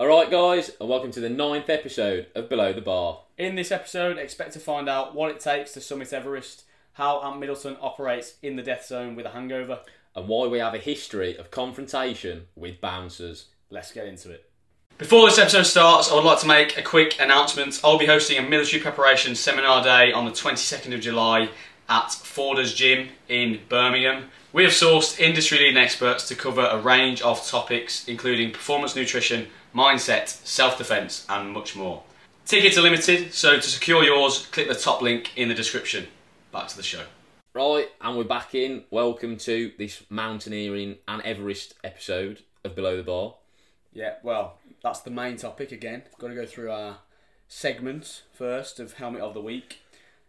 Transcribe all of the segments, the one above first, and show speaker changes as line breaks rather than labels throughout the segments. Alright, guys, and welcome to the ninth episode of Below the Bar.
In this episode, expect to find out what it takes to summit Everest, how Aunt Middleton operates in the death zone with a hangover.
and why we have a history of confrontation with bouncers.
Let's get into it. Before this episode starts, I would like to make a quick announcement. I'll be hosting a military preparation seminar day on the 22nd of July at Forders Gym in Birmingham. We have sourced industry leading experts to cover a range of topics, including performance nutrition, mindset, self defence, and much more. Tickets are limited, so to secure yours, click the top link in the description. Back to the show.
Right, and we're back in. Welcome to this mountaineering and Everest episode of Below the Bar.
Yeah, well, that's the main topic again. Got to go through our segments first of helmet of the week.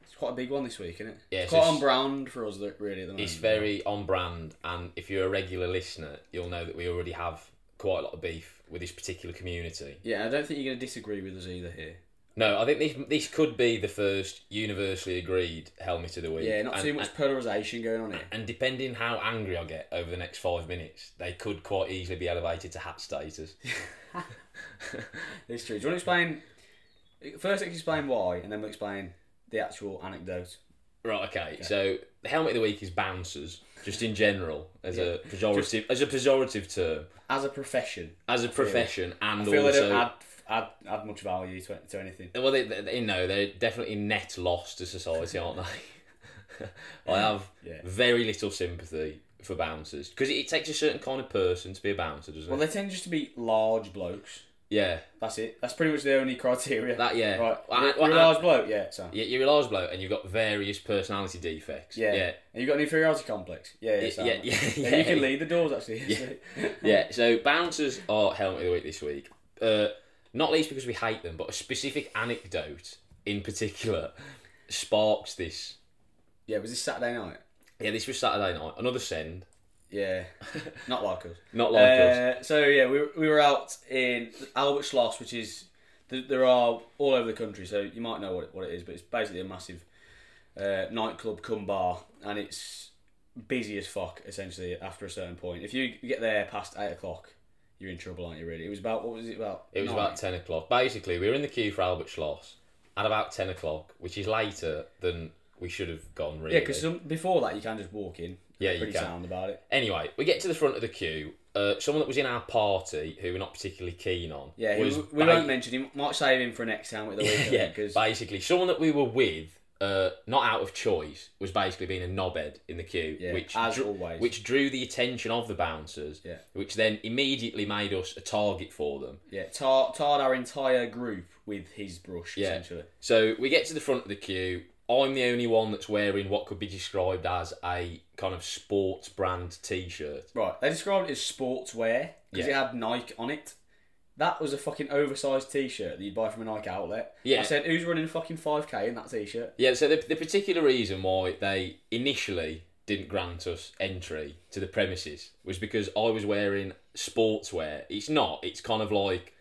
It's quite a big one this week, isn't it?
Yeah,
it's
so
quite
it's-
on brand for us, though, really. At the moment.
It's very on brand, and if you're a regular listener, you'll know that we already have quite a lot of beef with this particular community.
Yeah, I don't think you're going to disagree with us either here.
No, I think this this could be the first universally agreed helmet of the week.
Yeah, not
and,
too much
And,
polarisation going on here.
and depending how angry I get over the next five minutes, they could quite easily be elevated to hat status.
It's true. Do you want to explain? First, explain why, and then we'll explain the actual anecdote.
Right. Okay. So the helmet of the week is bouncers, just in general, as a pejorative, as a pejorative term,
As a profession,
as a profession, and
I feel they don't
also.
add, add, add much value to, to anything.
Well, they, they, you know, they're definitely net loss to society, aren't they? I have
Yeah.
very little sympathy for bouncers because it, it takes a certain kind of person to be a bouncer, doesn't
Well,
it?
they tend just to be large blokes.
Yeah,
That's it. That's pretty much the only criteria.
that yeah.
Right.
Well,
You're,
I- well,
you're a large bloke, yeah. So.
I- you're a large bloke and you've got various personality defects.
Yeah.
yeah,
And you've got an inferiority complex. Yeah, yeah,
yeah,
so-
yeah, yeah,
You can lead the doors, actually.
yeah, so bouncers are helmet of the week this week. Uh, not least because we hate them, but a specific anecdote in particular sparks this.
yeah, was this Saturday night?
Yeah, this was Saturday night. Another send,
Yeah. Not like us.
not like us.
Uh, so, yeah, we, were- we were out in Albert Schloss, which is, th- there are all over the country, so you might know what it, what it is, but it's basically a massive uh, nightclub cum bar, and it's busy as fuck, essentially, after a certain point. If you get there past 8 o'clock, you're in trouble, aren't you, really? It was about, what was it about?
It was
Nine?
about ten o'clock. Basically, we were in the queue for Albert Schloss at about ten o'clock, which is later than we should have gone. Really,
Yeah, because before that, you can just walk in.
Yeah, you
pretty
can.
sound about it.
anyway, we get to the front of the queue. Uh, someone that was in our party who we're not particularly keen on.
Yeah,
was
we, we
ba-
won't mention him. Might save him for an next time with the weekend.
yeah,
because
basically, someone that we were with, uh, not out of choice, was basically being a knobhead in the queue,
Yeah,
which
as
drew,
always.
which drew the attention of the bouncers,
Yeah.
which then immediately made us a target for them.
yeah, tar- tarred our entire group with his brush
Yeah.
essentially.
So we get to the front of the queue. I'm the only one that's wearing what could be described as a kind of sports brand T-shirt.
Right, they described it as sportswear because
Yeah.
it had Nike on it. That was a fucking oversized T-shirt that you'd buy from a Nike outlet.
Yeah.
I said, who's running fucking five k in that T-shirt?
Yeah, so the, the particular reason why they initially didn't grant us entry to the premises was because I was wearing sportswear. It's not, it's kind of like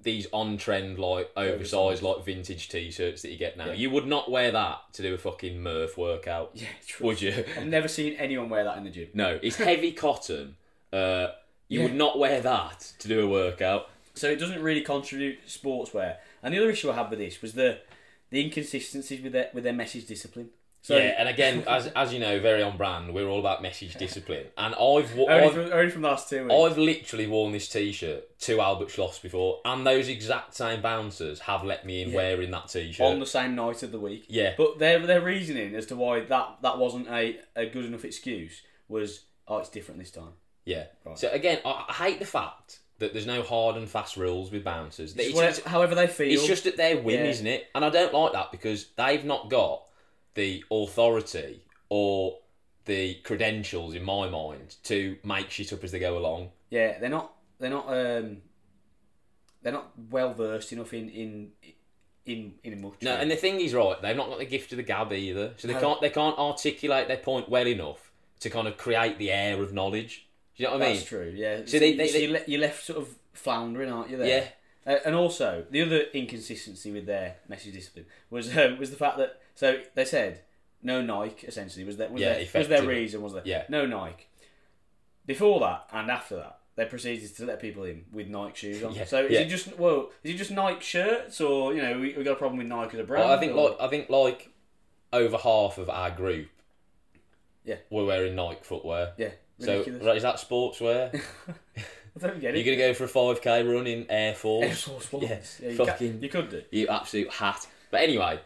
these on trend, like oversized, like vintage t shirts that you get now. You would not wear that to do a fucking Murph workout,
Yeah, true.
would you?
I've never seen anyone wear that in the gym.
no, it's heavy cotton. Uh, you would not wear that to do a workout.
So it doesn't really contribute to sportswear. And the other issue I had with this was the the inconsistencies with their with their message discipline. So
yeah, and again, as as you know, very on brand. We're all about message discipline, and I've wa-
only
I've-
from, only from the last two weeks.
I've literally worn this T-shirt to Albert Schloss before, and those exact same bouncers have let me in wearing that T-shirt.
on the same night of the week.
Yeah.
But their their reasoning as to why that that wasn't a, a good enough excuse was oh it's different this time.
yeah. So again, I, I hate the fact that there's no hard and fast rules with bouncers. It's,
It's whatever-
just,
however they feel.
it's just at their whim,
Yeah.
isn't it? And I don't like that because they've not got the authority or the credentials, in my mind, to make shit up as they go along.
yeah, they're not they're not um they're not well versed enough in in in in much.
No, and the thing is, right, they've not got the gift of the gab either, so they
No.
can't they can't articulate their point well enough to kind of create the air of knowledge. Do you know what I mean?
that's true. Yeah.
So they-
you-
they-
so you're, le- you're left sort of floundering, aren't you? There.
Yeah.
Uh, and also the other inconsistency with their message discipline was um, was the fact that so they said no Nike essentially was their was,
Yeah,
their, was their
effectively.
reason was there
Yeah.
no Nike before that and after that they proceeded to let people in with Nike shoes on.
Yeah,
so is
yeah.
it just well? Is it just Nike shirts, or you know, we, we got a problem with Nike as a brand?
Well, I think
or-
like I think like over half of our group,
Yeah.
were wearing Nike footwear.
yeah,
So
ridiculous.
right, is that sportswear?
I don't get
You're
it.
gonna go for a five k run in Air Force?
Air Force Ones.
Yes,
Yeah, you,
fucking.
ca- you could do.
You absolute hat. But anyway,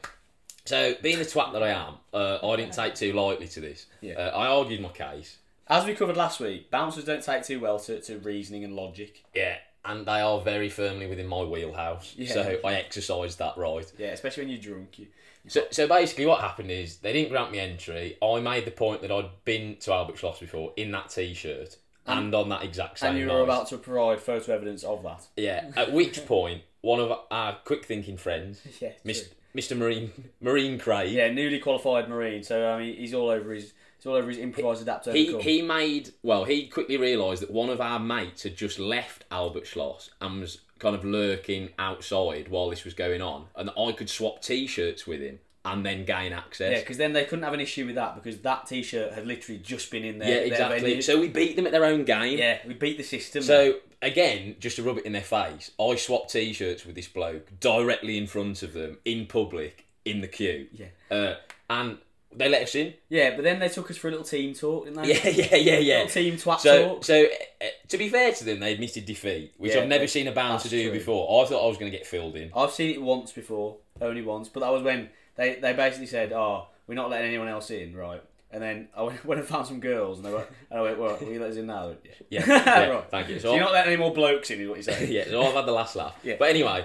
so being the twat that I am, uh, I didn't take too lightly to this.
Yeah.
Uh, I argued my case.
As we covered last week, bouncers don't take too well to, to reasoning and logic.
Yeah. And they are very firmly within my wheelhouse.
Yeah.
So I exercised that right.
Yeah, especially when you're drunk. You,
So, so basically, what happened is they didn't grant me entry. I made the point that I'd been to Albert Schloss before in that t shirt and on that exact same
and you were
night.
about to provide photo evidence of that.
Yeah. At which point, one of our quick thinking friends,
Yeah, true.
Mis- Mr. Marine Marine Craig,
Yeah, newly qualified marine. So I mean, he's all over his he's all over his improvised adapter.
He, he made well. He quickly realised that one of our mates had just left Albert Schloss and was kind of lurking outside while this was going on, and that I could swap T-shirts with him and then gain
yeah,
access.
because then they couldn't have an issue with that because that T-shirt had literally just been in there.
Yeah, exactly. So we beat them at their own game.
yeah, we beat the system.
So again, just to rub it in their face, I swapped T-shirts with this bloke directly in front of them in public in the queue.
Yeah.
Uh, and they let us in.
yeah, but then they took us for a little team talk, didn't they?
Yeah, yeah, yeah, yeah.
Little team twat
So,
talk.
so uh, to be fair to them, they admitted defeat, which
Yeah,
I've never
that's-
seen a bouncer
that's
do
true.
before. I thought I was going to get filled in.
I've seen it once before, only once, but that was when they, they basically said, "Oh, we're not letting anyone else in, right?" And then I went, went and found some girls, and they were, and I went, "Well, will you let us in now?" Yeah,
Yeah, yeah,
right.
thank you. So
So, you're
I-
not letting any more blokes in, is what you're saying?
yeah, so I've had the last laugh.
Yeah.
But anyway,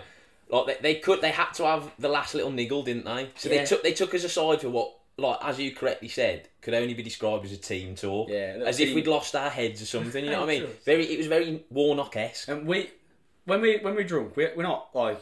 like they, they could, they had to have the last little niggle, didn't they? So
Yeah.
they took they took us aside for what, like as you correctly said, could only be described as a team talk.
Yeah, a little
as if
team-
we'd lost our heads or something. You know what I mean?
Sure.
Very, it was very Warnock esque.
And we, when we when we're drunk, we're, we're not like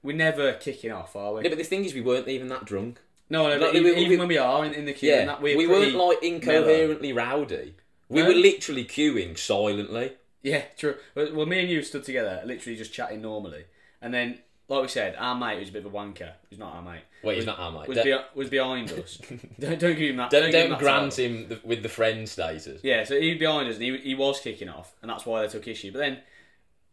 we're never kicking off, are we?
Yeah, but the thing is, we weren't even that drunk.
No, no.
Like,
but even,
we-
even
we-
when we are in, in the queue,
Yeah,
and that, we're
we
pretty
weren't like incoherently rowdy. We
No.
were literally queuing silently.
Yeah, true. Well, well, me and you stood together, literally just chatting normally, and then, like we said, our mate who's a bit of a wanker. He's not our mate.
Wait, he's not our mate.
Was,
Don't-
be- was behind us. don't, don't give him that.
Don't,
give
don't
that
grant
title.
him the, with the friend status.
Yeah, so he was behind us, and he, he was kicking off, and that's why they took issue. But then,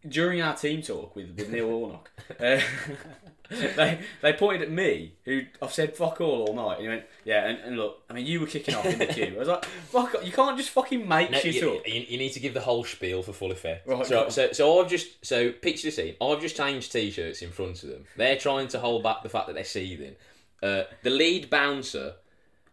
during our team talk with, with Neil Warnock, uh, they they pointed at me, who I've said fuck all all night, and he went, yeah, and, and look, I mean, you were kicking off in the queue. I was like, fuck, you can't just fucking make
No,
shit
you,
up.
you, you need to give the whole spiel for full effect.
Right, go
so,
on.
so, so I've just so picture the scene. I've just changed t-shirts in front of them. They're trying to hold back the fact that they're seething. Uh, the lead bouncer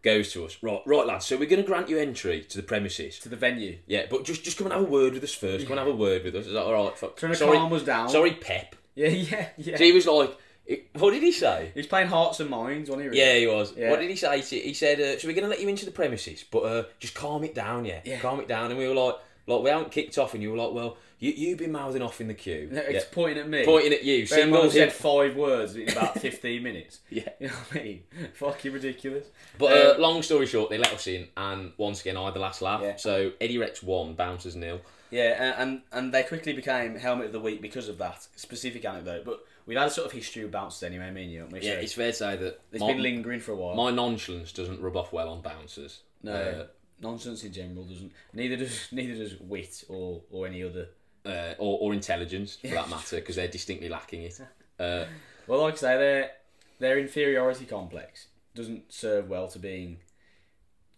goes to us. Right, right, lads. So we're going to grant you entry to the premises.
To the venue.
Yeah, but just just come and have a word with us first. Come and have a word with us. It's like, all right, fuck.
Trying to
sorry,
calm us down.
Sorry, Pep.
Yeah, yeah, yeah.
So he was like, it- what did he say?
He's playing hearts and minds, wasn't he? really?
Yeah, he was.
Yeah.
What did he say? to- He said, uh, "So we're going to let you into the premises, but uh, just calm it down, yeah?
Yeah.
calm it down." And we were like, "Like we haven't kicked off," and you were like, "Well, you you've been mouthing off in the queue,
No,
Yeah.
It's pointing at me.
pointing at you,
Bear in mind
single
I've said
hip."
five words in about 15 minutes.
Yeah.
You know what I mean? Fucking ridiculous.
But uh,
Um,
long story short, they let us in, and once again, I had the last laugh.
Yeah.
So Eddie Rex won, bouncers nil.
Yeah, a- and, and they quickly became Helmet of the Week because of that specific anecdote. But we'd had a sort of history of bounces anyway, me and you, haven't we?
Yeah,
So
it's fair to say that
it's
my,
been lingering for a while.
my nonchalance doesn't rub off well on bouncers.
no.
Uh,
Nonsense in general doesn't. Neither does neither does wit or, or any other.
uh, or, or intelligence, for that matter, because they're distinctly lacking it. Uh,
Well, like I say, their their inferiority complex doesn't serve well to being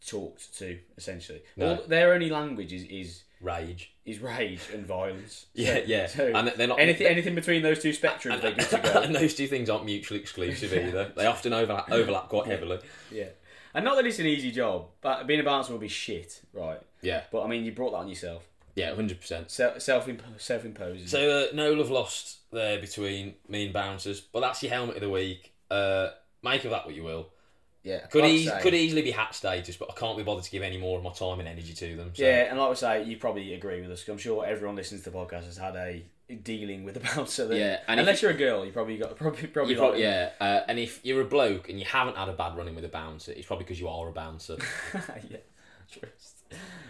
talked to. Essentially,
No.
All- their only language is, is
rage.
is rage and violence.
Yeah,
So-
yeah.
So
and they're not
anything anything between those two spectrums, they're good to go.
and those two things aren't mutually exclusive either. They often overlap, overlap quite heavily.
yeah, and not that it's an easy job, but being a bouncer will be shit, right?
Yeah,
But I mean, you brought that on yourself.
yeah, hundred percent.
Self self self imposing.
So uh, no love lost there between me and bouncers, but that's your helmet of the week. Uh, make of that what you will.
yeah,
Could
like I
eas-
say-
could easily be hat status, but I can't be bothered to give any more of my time and energy to them. So.
Yeah, and like we say, you probably agree with us. 'cause I'm sure everyone listening to the podcast has had a dealing with a bouncer. That,
Yeah, and if
unless you're a girl, you probably got probably probably
You prob-
like
yeah, uh, and if you're a bloke and you haven't had a bad running with a bouncer, it's probably because you are a bouncer.
yeah, trust.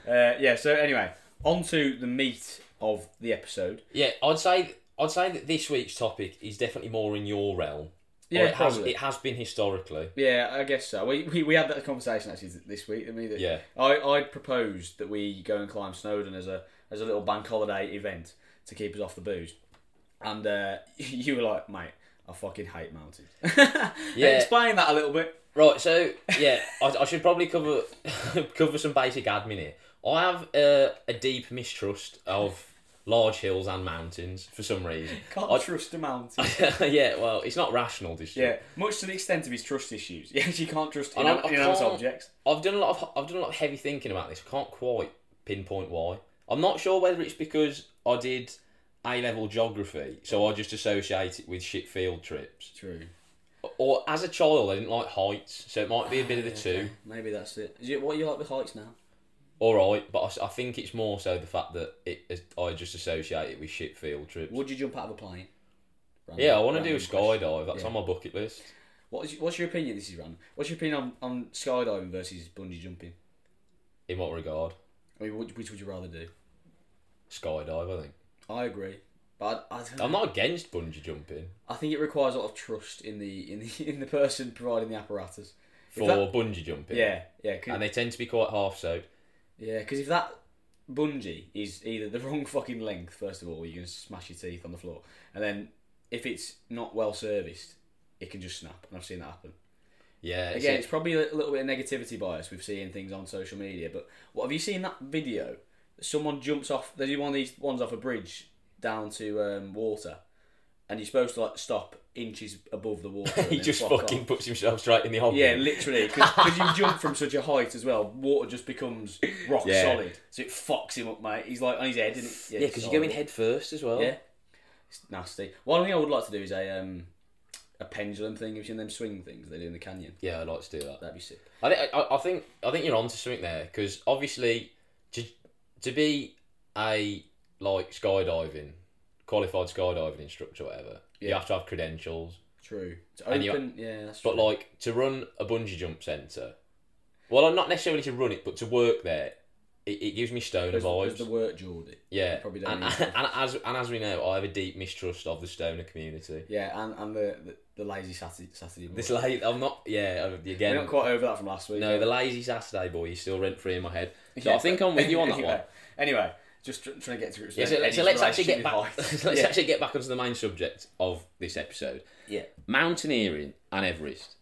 Uh, yeah. So anyway, on to the meat of the episode.
yeah, I'd say I'd say that this week's topic is definitely more in your realm. Or
Yeah,
it has,
probably.
it has been historically.
Yeah, I guess so. We, we, we had that conversation actually th- this week. didn't we? That
Yeah.
I I proposed that we go and climb Snowdon as a as a little bank holiday event to keep us off the booze. And uh, you were like, mate, I fucking hate mountains. yeah. Explain that a little bit.
Right, so yeah, I, I should probably cover cover some basic admin here. I have uh, a deep mistrust of large hills and mountains for some reason.
Can't
I-
trust a mountain.
yeah, well, it's not rational this year.
yeah, much to the extent of his trust issues. Yeah, you can't trust
And I-
inan-
I
inanimate
can't-
objects.
I've done a lot of I've done a lot of heavy thinking about this. Can't quite pinpoint why. I'm not sure whether it's because I did A level geography, so I just associate it with shit field trips.
True.
Or as a child, I didn't like heights, so it might be a bit of the two.
Maybe that's it. Is it what you like with heights now?
All right, but I s- I, think it's more so the fact that it is, I just associate it with shit field trips.
Would you jump out of a plane? Random-
yeah, I want to do a
random question.
skydive. That's on my bucket list.
What is, what's your opinion? This is random. What's your opinion on, on skydiving versus bungee jumping?
In what regard?
I mean, which, which would you rather do?
Skydive, I think.
I agree, but I, I, don't know.
I'm not against bungee jumping
I think it requires a lot of trust in the in the in the person providing the apparatus. If
for
that-
bungee jumping.
yeah, yeah, 'cause-
And they tend to be quite half soaked.
yeah. Because if that bungee is either the wrong fucking length, first of all, you can smash your teeth on the floor, and then if it's not well serviced, it can just snap. And I've seen that happen.
Yeah. it's-
Again, it's probably a little bit of negativity bias with seeing things on social media. But what have you seen that video? Someone jumps off. They do one of these ones off a bridge down to um, water, and you're supposed to like stop inches above the water. and
he
then
just
fuck off.
fucking puts himself straight in the hole.
Yeah, literally, because you jump from such a height as well, water just becomes rock
Yeah.
solid. So it fucks him up, mate. He's like on his head, isn't it?
yeah, because you go in head first as well.
Yeah. It's nasty. One thing I would like to do is a um, a pendulum thing. Have you seen them swing things they do in the canyon?
yeah, I'd like to do that.
That'd be sick.
I think I, I think I think you're onto something there because obviously to to be a like skydiving qualified skydiving instructor, or whatever, you
Yeah.
have to have credentials.
True. It's
And you-
open. Yeah, that's true.
But like to run a bungee jump center, well, not necessarily to run it, but to work there, it, it gives me stoner
There's-
vibes.
there's the word Geordie.
yeah,
probably don't
and,
need
and, as and as we know, I have a deep mistrust of the stoner community.
Yeah, and, and the, the the lazy Saturday Saturday. Boy.
This late, I'm not. Yeah, I-
We're
again,
not quite over that from last week.
no, the lazy Saturday boy is still rent free in my head. So
Yeah.
I think I'm with you on that
anyway,
one.
Anyway, just tr- trying to get to grips.
Yeah,
with
so, so
Eddie's
let's actually get
relationship
back.
with heights.
let's actually get back onto the main subject of this episode:
yeah.
mountaineering and Everest.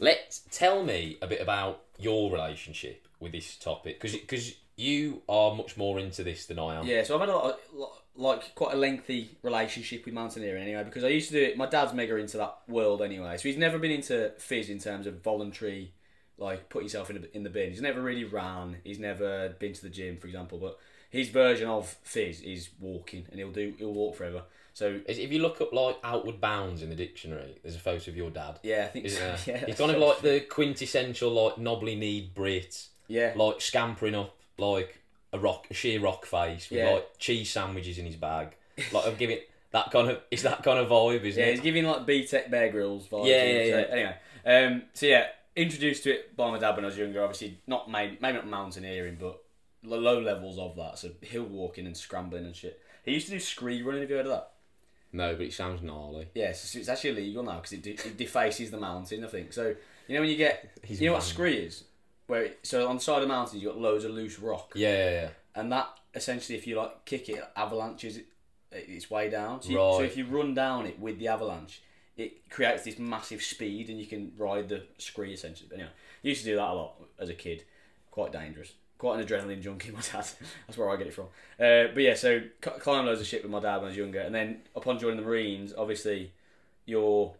Let's tell me a bit about your relationship with this topic, because because you are much more into this than I am.
Yeah, so I've had a lot, of, lo- like quite a lengthy relationship with mountaineering anyway because I used to do it. My dad's mega into that world anyway, so he's never been into fizz in terms of voluntary, like putting yourself in the, in the bin. He's never really ran. He's never been to the gym, for example. But his version of fizz is walking, and he'll do he'll walk forever. So
Is- If you look up like outward bounds in the dictionary, there's a photo of your dad.
yeah, I think
Isn't
so.
there?
yeah,
He's kind of like the quintessential like knobbly kneed Brit,
yeah.
like scampering up like a rock, a sheer rock face with
Yeah.
like cheese sandwiches in his bag. Like I'm giving that kind of it's that kind of vibe, isn't
Yeah,
it?
he's giving like B Tech Bear Grylls vibes.
Yeah, yeah,
So,
yeah.
Anyway, um, so yeah, introduced to it by my dad when I was younger. Obviously, not main, maybe not mountaineering, but the low levels of that. So hill walking and scrambling and shit. He used to do scree running. Have you heard of that?
No, but it sounds gnarly.
Yeah, so it's actually illegal now because it, de- it defaces the mountain. I think so. You know when you get, you know what
vanned.
scree is, where it, so on the side of mountains you have got loads of loose rock,
Yeah, yeah, yeah.
and that essentially if you like kick it, it avalanches it its way down. So, you- so
Right.
if you run down it with the avalanche, it creates this massive speed, and you can ride the scree essentially. But anyway, I used to do that a lot as a kid. Quite dangerous. Quite an adrenaline junkie, my dad. That's where I get it from. Uh, but yeah, so c- climbed loads of shit with my dad when I was younger, and then upon joining the Marines, obviously, you're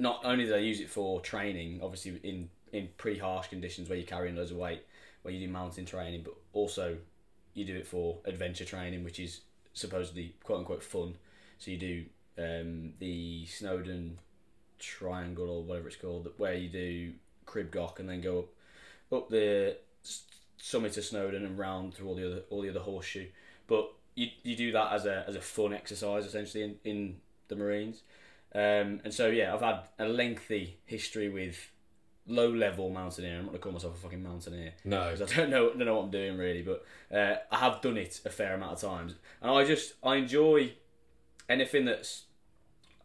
not only did I use it for training, obviously in in pretty harsh conditions where you're carrying loads of weight, where you do mountain training, but also you do it for adventure training, which is supposedly quote unquote fun. So you do um, the Snowden Triangle or whatever it's called, that- where you do Cribgoch and then go up up the s- summit of Snowden and round through all the other all the other horseshoe. But you, you do that as a as a fun exercise essentially in, in the Marines. Um, and so yeah, I've had a lengthy history with low level mountaineering. I'm not gonna call myself a fucking mountaineer
No.
because I don't know don't know what I'm doing really, but uh, I have done it a fair amount of times, and I just I enjoy anything that's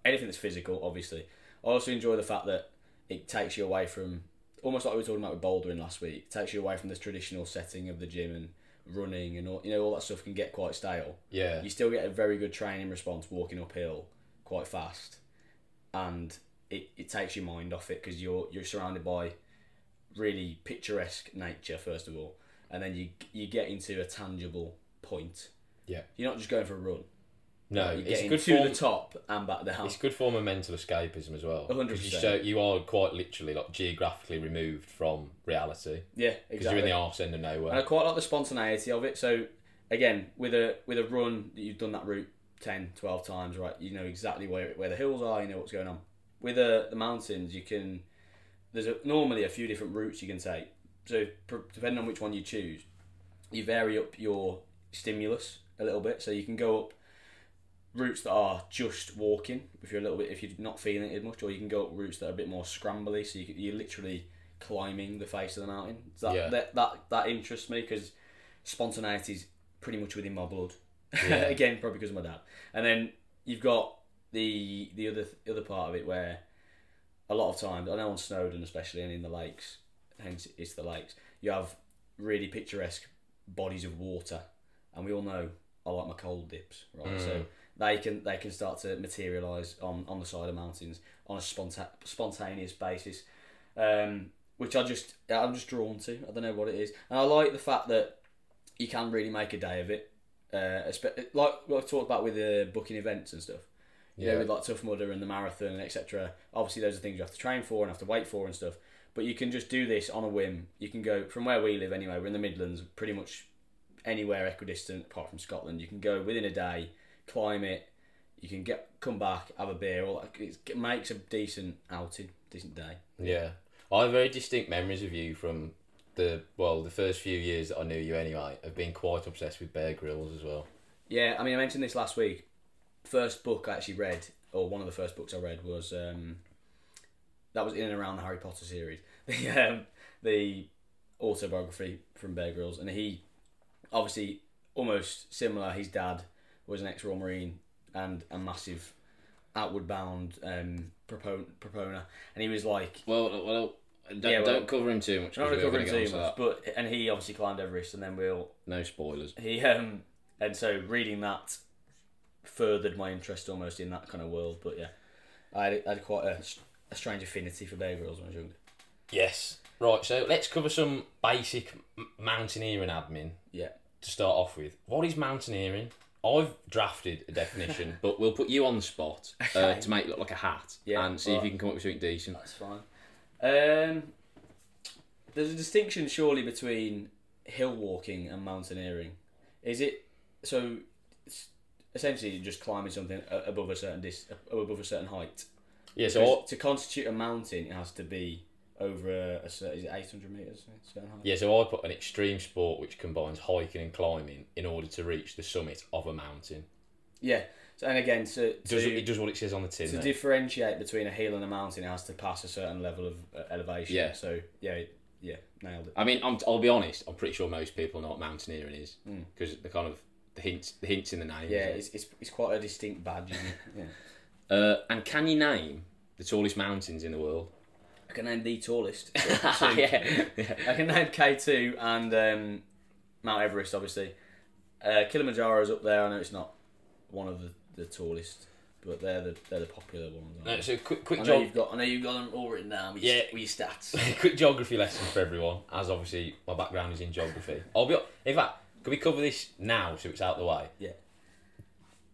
anything that's physical. Obviously, I also enjoy the fact that it takes you away from almost like we were talking about with bouldering last week. It takes you away from the traditional setting of the gym and running and all you know all that stuff can get quite stale.
Yeah.
You still get a very good training response walking uphill quite fast, and it, it takes your mind off it because you're you're surrounded by really picturesque nature first of all, and then you you get into a tangible point.
Yeah.
You're not just going for a run.
No,
You're
it's
getting
good
to
form.
the top and back down.
It's good form of mental escapism as well.
100%.
'cause You, so you are quite literally like geographically removed from reality
yeah,
because
exactly.
you're in the arse end of
And I
nowhere.
quite like the spontaneity of it. So again, with a with a run that you've done that route 10, 12 times, right? You know exactly where where the hills are. You know what's going on. With uh, the mountains, you can there's a, normally a few different routes you can take. So pr- depending on which one you choose, you vary up your stimulus a little bit. So you can go up routes that are just walking if you're a little bit if you're not feeling it as much, or you can go up routes that are a bit more scrambly. So you, c- you're literally climbing the face of the mountain. So that,
Yeah.
that that that interests me because spontaneity is pretty much within my blood.
Yeah.
Again, probably because of my dad. And then you've got the the other the other part of it where a lot of times I know on Snowdon especially and in the lakes, hence it's the lakes. You have really picturesque bodies of water, and we all know I like my cold dips, right? So they can they can start to materialise on on the side of mountains on a sponta- spontaneous basis, um, which I just I'm just drawn to. I don't know what it is, and I like the fact that you can really make a day of it. Uh, espe- like what I talked about with the booking events and stuff. You know,
Yeah.
with like Tough Mudder and the marathon and etc. Obviously, those are things you have to train for and have to wait for and stuff. But you can just do this on a whim. You can go from where we live anyway. We're in the Midlands, pretty much anywhere equidistant apart from Scotland. You can go within a day, climb it. You can get come back, have a beer. All that. It's- It makes a decent outing, decent day.
Yeah, I have very distinct memories of you from the well, the first few years that I knew you anyway. I've been quite obsessed with Bear Grylls as well.
Yeah, I mean, I mentioned this last week. First book I actually read, or one of the first books I read, was um, that was in and around the Harry Potter series, the um, the autobiography from Bear Grylls, and he obviously almost similar. His dad was an ex Royal Marine and a massive outward bound um, propon- proponer, and he was like
Well, well, don't,
Yeah, well- don't
don't cover him too much.
I'm not recovering too much, but and he obviously climbed Everest, and then we'll
No spoilers.
he um and so reading that furthered my interest almost in that kind of world but yeah i had, I had quite a, a strange affinity for bear grylls when i was younger
Yes. Right. So let's cover some basic m- mountaineering admin
yeah
to start off with. What is mountaineering? I've drafted a definition, but we'll put you on the spot uh, to make it look like a hat
Yeah,
and see if you
alright.
can come up with something decent.
that's fine um there's a distinction surely between hill walking and mountaineering is it so it's essentially you're just climbing something a- above a certain dis above a certain height
Yeah. So I,
so to constitute a mountain it has to be over a, a certain is it 800 meters certain height
yeah. So I put an extreme sport which combines hiking and climbing in order to reach the summit of a mountain.
yeah so, and again so
Does
to-
it does what it says on the tin?
to
there.
differentiate between a hill and a mountain, it has to pass a certain level of uh, elevation.
Yeah.
So yeah, yeah, nailed it.
I mean, I'm, I'll be honest. I'm pretty sure most people know what mountaineering is because the kind of the hints, the hints in the name.
Hmm. Yeah,
isn't it?
it's, it's, it's quite a distinct badge. Isn't it? yeah.
Uh, and can you name the tallest mountains in the world?
I can name the tallest.
yeah. yeah.
I can name K two and um, Mount Everest, obviously. Uh, Kilimanjaro is up there. I know it's not one of the, the tallest, but they're the they're the popular ones. aren't
No,
they?
so quick, quick
I know
job.
you've got I know you've got them all written down. With your-
Yeah.
with your stats.
quick geography lesson for everyone, as obviously my background is in geography. I'll be in fact, can we cover this now so it's out of the way?
Yeah.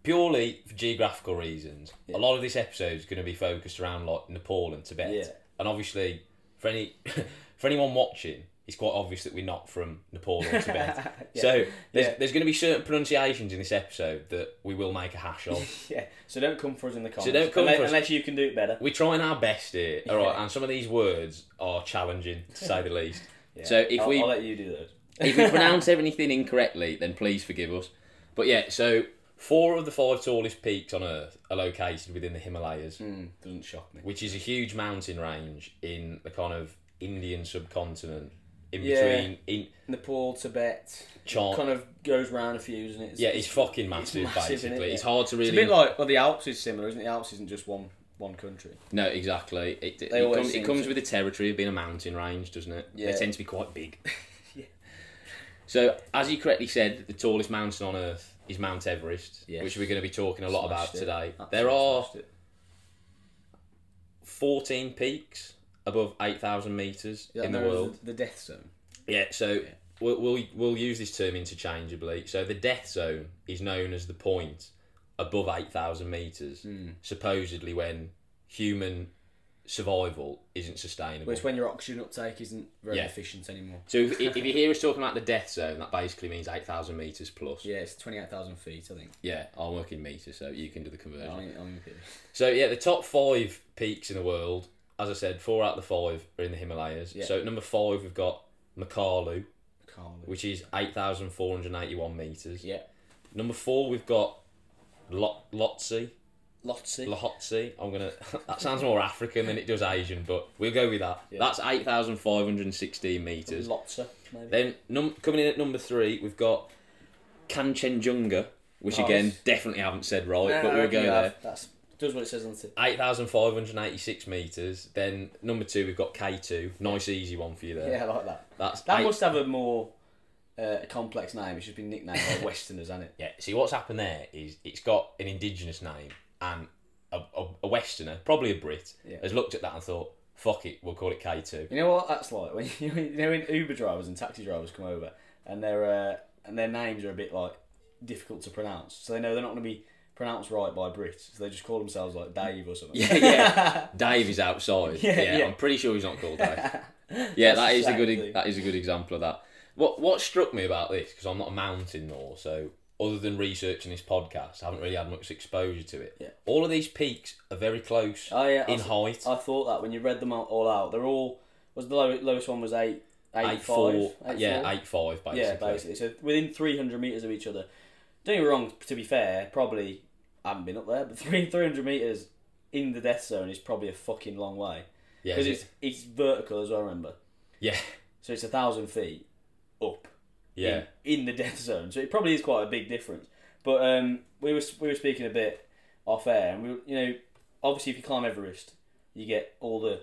Purely for geographical reasons, a lot of this episode is going to be focused around like Nepal and Tibet,
Yeah.
and obviously for any for anyone watching, it's quite obvious that we're not from Nepal or Tibet. So there's
Yeah.
there's going to be certain pronunciations in this episode that we will make a hash of.
yeah. So don't come for us in the comments.
don't come
unless,
for us.
unless you can do it better.
We're trying our best here, all right. And some of these words are challenging, to say the least. So if
I'll,
we
I'll let you do those.
if we pronounce anything incorrectly, then please forgive us. But yeah, so four of the five tallest peaks on Earth are located within the Himalayas,
Mm, doesn't shock me.
which is a huge mountain range in the kind of Indian subcontinent, in
Yeah.
between in
Nepal, Tibet,
China.
kind of goes round a few, doesn't it? It's,
yeah, it's fucking massive,
massive, isn't
basically.
it?
It's hard to
it's
really.
a bit like well, the Alps is similar, isn't it? The Alps isn't just one one country.
no, exactly. It, it,
They
it
always
comes, it
seem
comes
to-
with the territory of being a mountain range, doesn't it?
Yeah.
They tend to be quite big. So, as you correctly said, the tallest mountain on earth is Mount Everest,
Yes.
which we're going to be talking a lot
Smashed
about
it.
today.
Absolutely
there are
smashed it.
14 peaks above 8,000 meters
Yeah,
in the
there is
world.
the death zone.
Yeah, so We'll, we'll we'll use this term interchangeably. So the death zone is known as the point above eight thousand meters,
Hmm.
supposedly when human survival isn't sustainable.
It's when your oxygen uptake isn't very
Yeah.
efficient anymore.
so if, if you hear us talking about the death zone, that basically means eight thousand meters plus.
Yeah, it's twenty eight thousand feet, I think.
Yeah, i will work in meters, so you can do the conversion.
I'm, I'm with you.
So yeah, the top five peaks in the world, as I said, four out of the five are in the Himalayas.
Yeah.
So at number five, we've got Makalu,
Carl.
which is eight thousand four hundred eighty-one meters.
yeah,
Number four, we've got Lot Lotsi.
Lotsi.
Lahotsi. I'm gonna. That sounds more African than it does Asian, but we'll go with that. That's eight thousand five hundred and sixteen meters.
Lotsa, maybe.
Then num- coming in at number three, we've got Kanchenjunga, which
Nice.
again definitely haven't said right,
Ah,
but we'll go there.
That's does what it says on the tip.
Eight thousand five hundred eighty-six meters. Then number two, we've got K two. Nice, easy one for you there.
Yeah, I like that.
That's
That
eight-
must have a more uh, complex name. It should be nicknamed like Westerners, hasn't it?
Yeah, see what's happened there is it's got an indigenous name and a, a, a Westerner, probably a Brit,
Yeah.
has looked at that and thought, fuck it, we'll call it K2.
You know what that's like when you, you know when Uber drivers and taxi drivers come over and their uh, and their names are a bit like difficult to pronounce, so they know they're not going to be pronounced right by Brits, so they just call themselves like Dave or something.
Yeah, yeah. Dave is outside. Yeah,
yeah.
I'm pretty sure he's not called Dave. yeah, that is a
exactly.
good e- that is a good example of that. What what struck me about this because I'm not a mountain nor so other than researching this podcast, I haven't really had much exposure to it.
Yeah.
All of these peaks are very close
Oh, yeah,
in
I-
height.
I thought that when you read them all- all out, they're all was the low, lowest one was eight, eight,
eight four,
five, eight four?
yeah, eight five basically.
yeah, basically. So within three hundred meters of each other. Don't get me wrong. To be fair, probably I haven't been up there, but three three hundred meters in the death zone is probably a fucking long way
Yeah,
because
is
it's
it-
it's vertical as well. Remember,
yeah,
so it's a thousand feet up
yeah.
in, in the death zone. So it probably is quite a big difference. But um, we were we were speaking a bit off air, and we were- you know obviously if you climb Everest, you get all the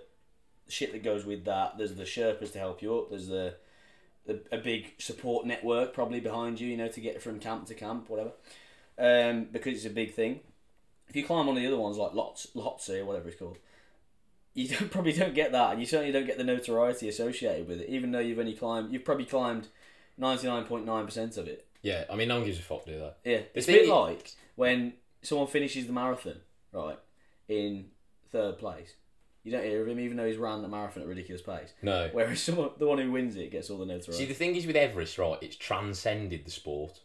shit that goes with that. There's the Sherpas to help you up. There's the, the a big support network probably behind you, you know, to get from camp to camp, whatever. Um, because it's a big thing. If you climb one of the other ones like Lots Lotse or whatever it's called, you don't, probably don't get that, and you certainly don't get the notoriety associated with it. Even though you've only climbed, you've probably climbed ninety nine point nine percent of it.
Yeah, I mean, no one gives a fuck, do they?
Yeah,
It's
it's a bit
really-
like when someone finishes the marathon, right, in third place. You don't hear of him, even though he's ran the marathon at a ridiculous pace.
No.
Whereas someone, the one who wins it gets all the
See,
notoriety.
the thing is with Everest, right? It's transcended the sport,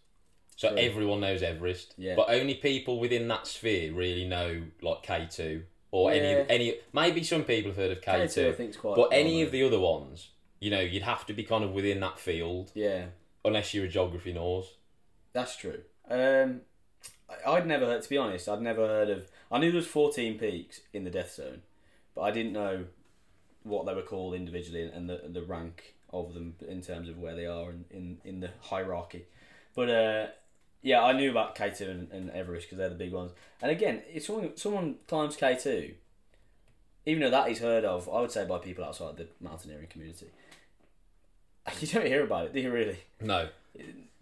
so everyone knows Everest.
Yeah.
But only people within that sphere really know like K two or
Yeah.
any any. Maybe some people have heard of K
K2, I
two,
think's quite.
but any
well
of the other ones, you know, you'd have to be kind of within that field
known. yeah,
unless you're a geography nose.
that's true. Um, I- I'd never heard. To be honest, I'd never heard of. I knew there was fourteen peaks in the death zone, but I didn't know what they were called individually and the the rank of them in terms of where they are in in, in the hierarchy. But uh, yeah, I knew about K two and, and Everest because they're the big ones. And again, if someone someone climbs K two, even though that is heard of, I would say by people outside the mountaineering community, you don't hear about it, do you? Really,
No,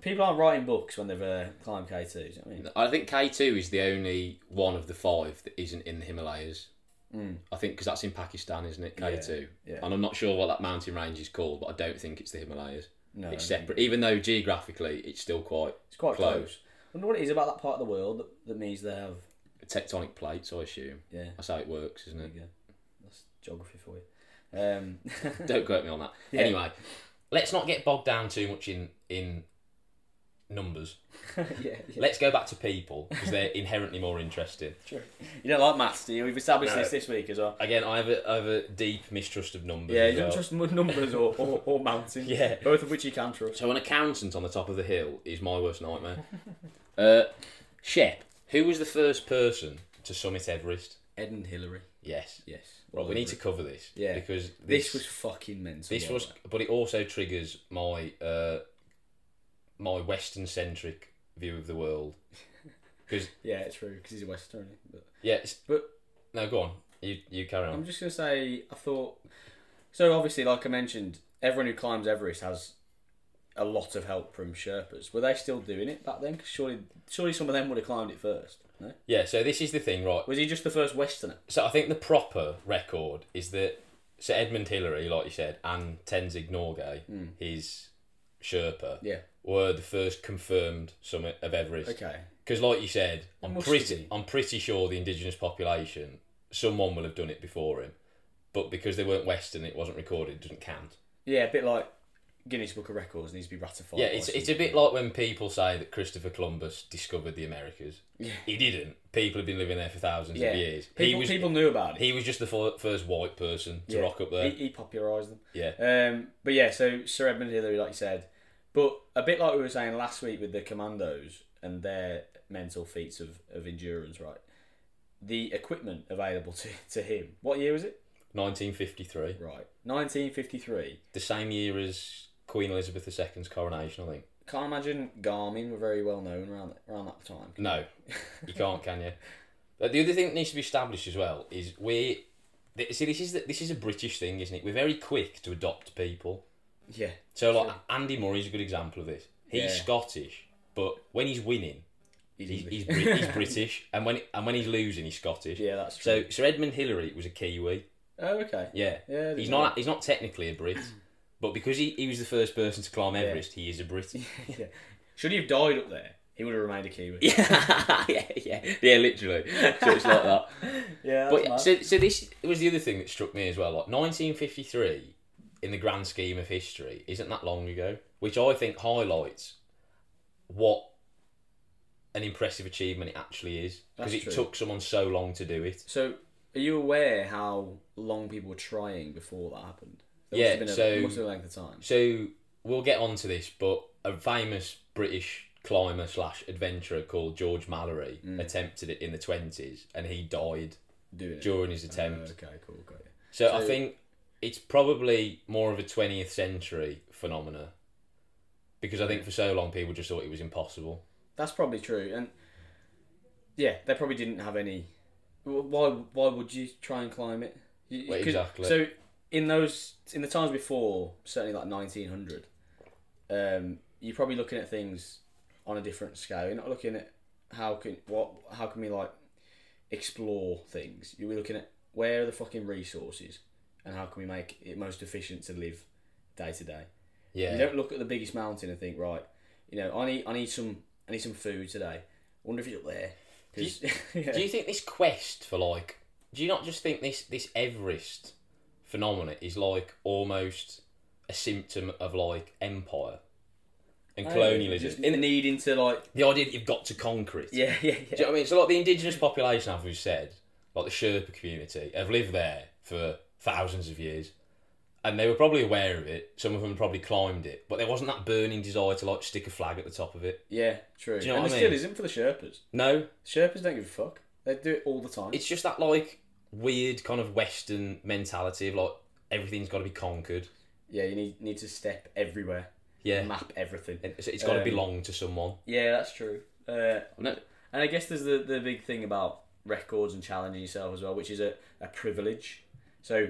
people aren't writing books when they've uh, climbed K two. I mean,
I think K two is the only one of the five that isn't in the Himalayas. I think because that's in Pakistan, isn't it? K two,
Mm, yeah.
and I'm not sure what that mountain range is called, but I don't think it's the Himalayas.
no,
It's separate, even though geographically it's still quite
it's quite close.
close.
I wonder what it is about that part of the world that, that means they have.
tectonic plates. I assume
Yeah,
that's how it works, isn't
there
it?
you go. That's geography for you. Um,
Don't quote me on that. Anyway, let's not get bogged down too much in in numbers.
yeah, yeah.
Let's go back to people because they're inherently more interesting.
You don't like maths, do you? We've established
No.
this this week as well.
Again, I have a, I have a deep mistrust of numbers.
Yeah,
as
you don't
well.
trust mu- numbers or, or, or mountains.
Yeah.
Both of which you can trust.
So an accountant on the top of the hill is my worst nightmare. uh, Shep, who was the first person to summit Everest?
Ed and Hillary.
Yes.
Yes.
Well, we need to cover this.
Yeah.
Because
This was fucking mental.
This was, but it also triggers my uh, my Western centric view of the world. Because
Yeah, it's true, because he's a Westerner. isn't he? But
yeah, it's,
But-
no, go on. You you carry on.
I'm just going to say, I thought. So, obviously, like I mentioned, everyone who climbs Everest has a lot of help from Sherpas. Were they still doing it back then? 'Cause surely, surely some of them would have climbed it first. No?
Yeah, so this is the thing, right?
Was he just the first Westerner?
So I think the proper record is that Sir Edmund Hillary, like you said, and Tenzing Norgay,
Hmm.
his Sherpa,
Yeah.
were the first confirmed summit of Everest.
Okay.
Because, like you said, I'm
must have
pretty,
been.
I'm pretty sure the indigenous population, someone will have done it before him, but because they weren't Western, it wasn't recorded. It doesn't count.
Yeah, a bit like Guinness Book of Records needs to be ratified.
Yeah,
by
it's it's a
somebody.
bit like when people say that Christopher Columbus discovered the Americas. Yeah. He didn't. People have been living there for thousands
yeah.
of years.
People,
he was
people knew about it.
he was just the fir- first white person to
Yeah.
rock up there.
He, he popularised them.
yeah.
Um, but yeah, so Sir Edmund Hillary, like you said, but a bit like we were saying last week with the commandos and their mental feats of, of endurance, right? The equipment available to, to him. What year was it?
1953,
Right, 1953.
the same year as Queen Elizabeth II's coronation, I think.
Can't imagine Garmin were very well known around around that time.
No, you can't, can you? But the other thing that needs to be established as well is we th- see this is the, this is a British thing, isn't it? We're very quick to adopt people.
Yeah,
So like Andy Murray's a good example of this. He's
Yeah.
Scottish, but when he's winning,
he's,
he's
English.
he's, Brit- he's British, and when and when he's losing, he's Scottish.
yeah, that's true.
So Sir Edmund Hillary was a Kiwi.
oh, okay.
Yeah.
Yeah, I didn't
he's
know
not he's not technically a Brit, but because he, he was the first person to climb Everest, he is a Brit.
yeah. Should he have died up there? He would have remained a Kiwi.
yeah, yeah, yeah, yeah, literally. So it's like that.
yeah that's
But
mad.
so, so this was the other thing that struck me as well. Like 1953, in the grand scheme of history, isn't that long ago, which I think highlights what an impressive achievement it actually is because
That's
it
true.
took someone so long to do it.
So, are you aware how long people were trying before that happened?
Yeah,
must have been a,
so-
there must have been a length of time.
So we'll get on to this, but a famous British climber slash adventurer called George Mallory
Mm.
attempted it in the twenties, and he died
Doing it. Uh,
during his attempt.
Okay, cool, got it.
So, I
So-
think it's probably more of a 20th century phenomena because I think for so long people just thought it was impossible.
That's probably true, and yeah, they probably didn't have any. wh- Why? Why would you try and climb it? You-
Well,
'cause-
exactly.
So, in those in the times before, certainly like 1900, um, you're probably looking at things on a different scale. You're not looking at how can what how can we like explore things. You'll be looking at where are the fucking resources and how can we make it most efficient to live day to day.
Yeah.
You don't look at the biggest mountain and think, right, you know, I need I need some I need some food today. wonder if it's up there. 'Cause- yeah.
Do you think this quest for like do you not just think this this Everest phenomena is like almost a symptom of like empire and colonialism?
Just in needing to like
the idea that you've got to conquer it.
yeah yeah yeah.
Do you know what I mean? So like the indigenous population, as we've said, like the Sherpa community, have lived there for thousands of years, and they were probably aware of it. Some of them probably climbed it, but there wasn't that burning desire to like stick a flag at the top of it.
Yeah, true.
you know
and
what I
there
mean?
still isn't for the Sherpas.
No,
Sherpas don't give a fuck. They do it all the time.
it's just that like weird kind of Western mentality of like everything's got to be conquered.
yeah, you need need to step everywhere,
Yeah,
map everything.
And so it's got to
Um,
belong to someone.
Yeah, that's true. Uh,
No.
and I guess there's the, the big thing about records and challenging yourself as well, which is a, a privilege. So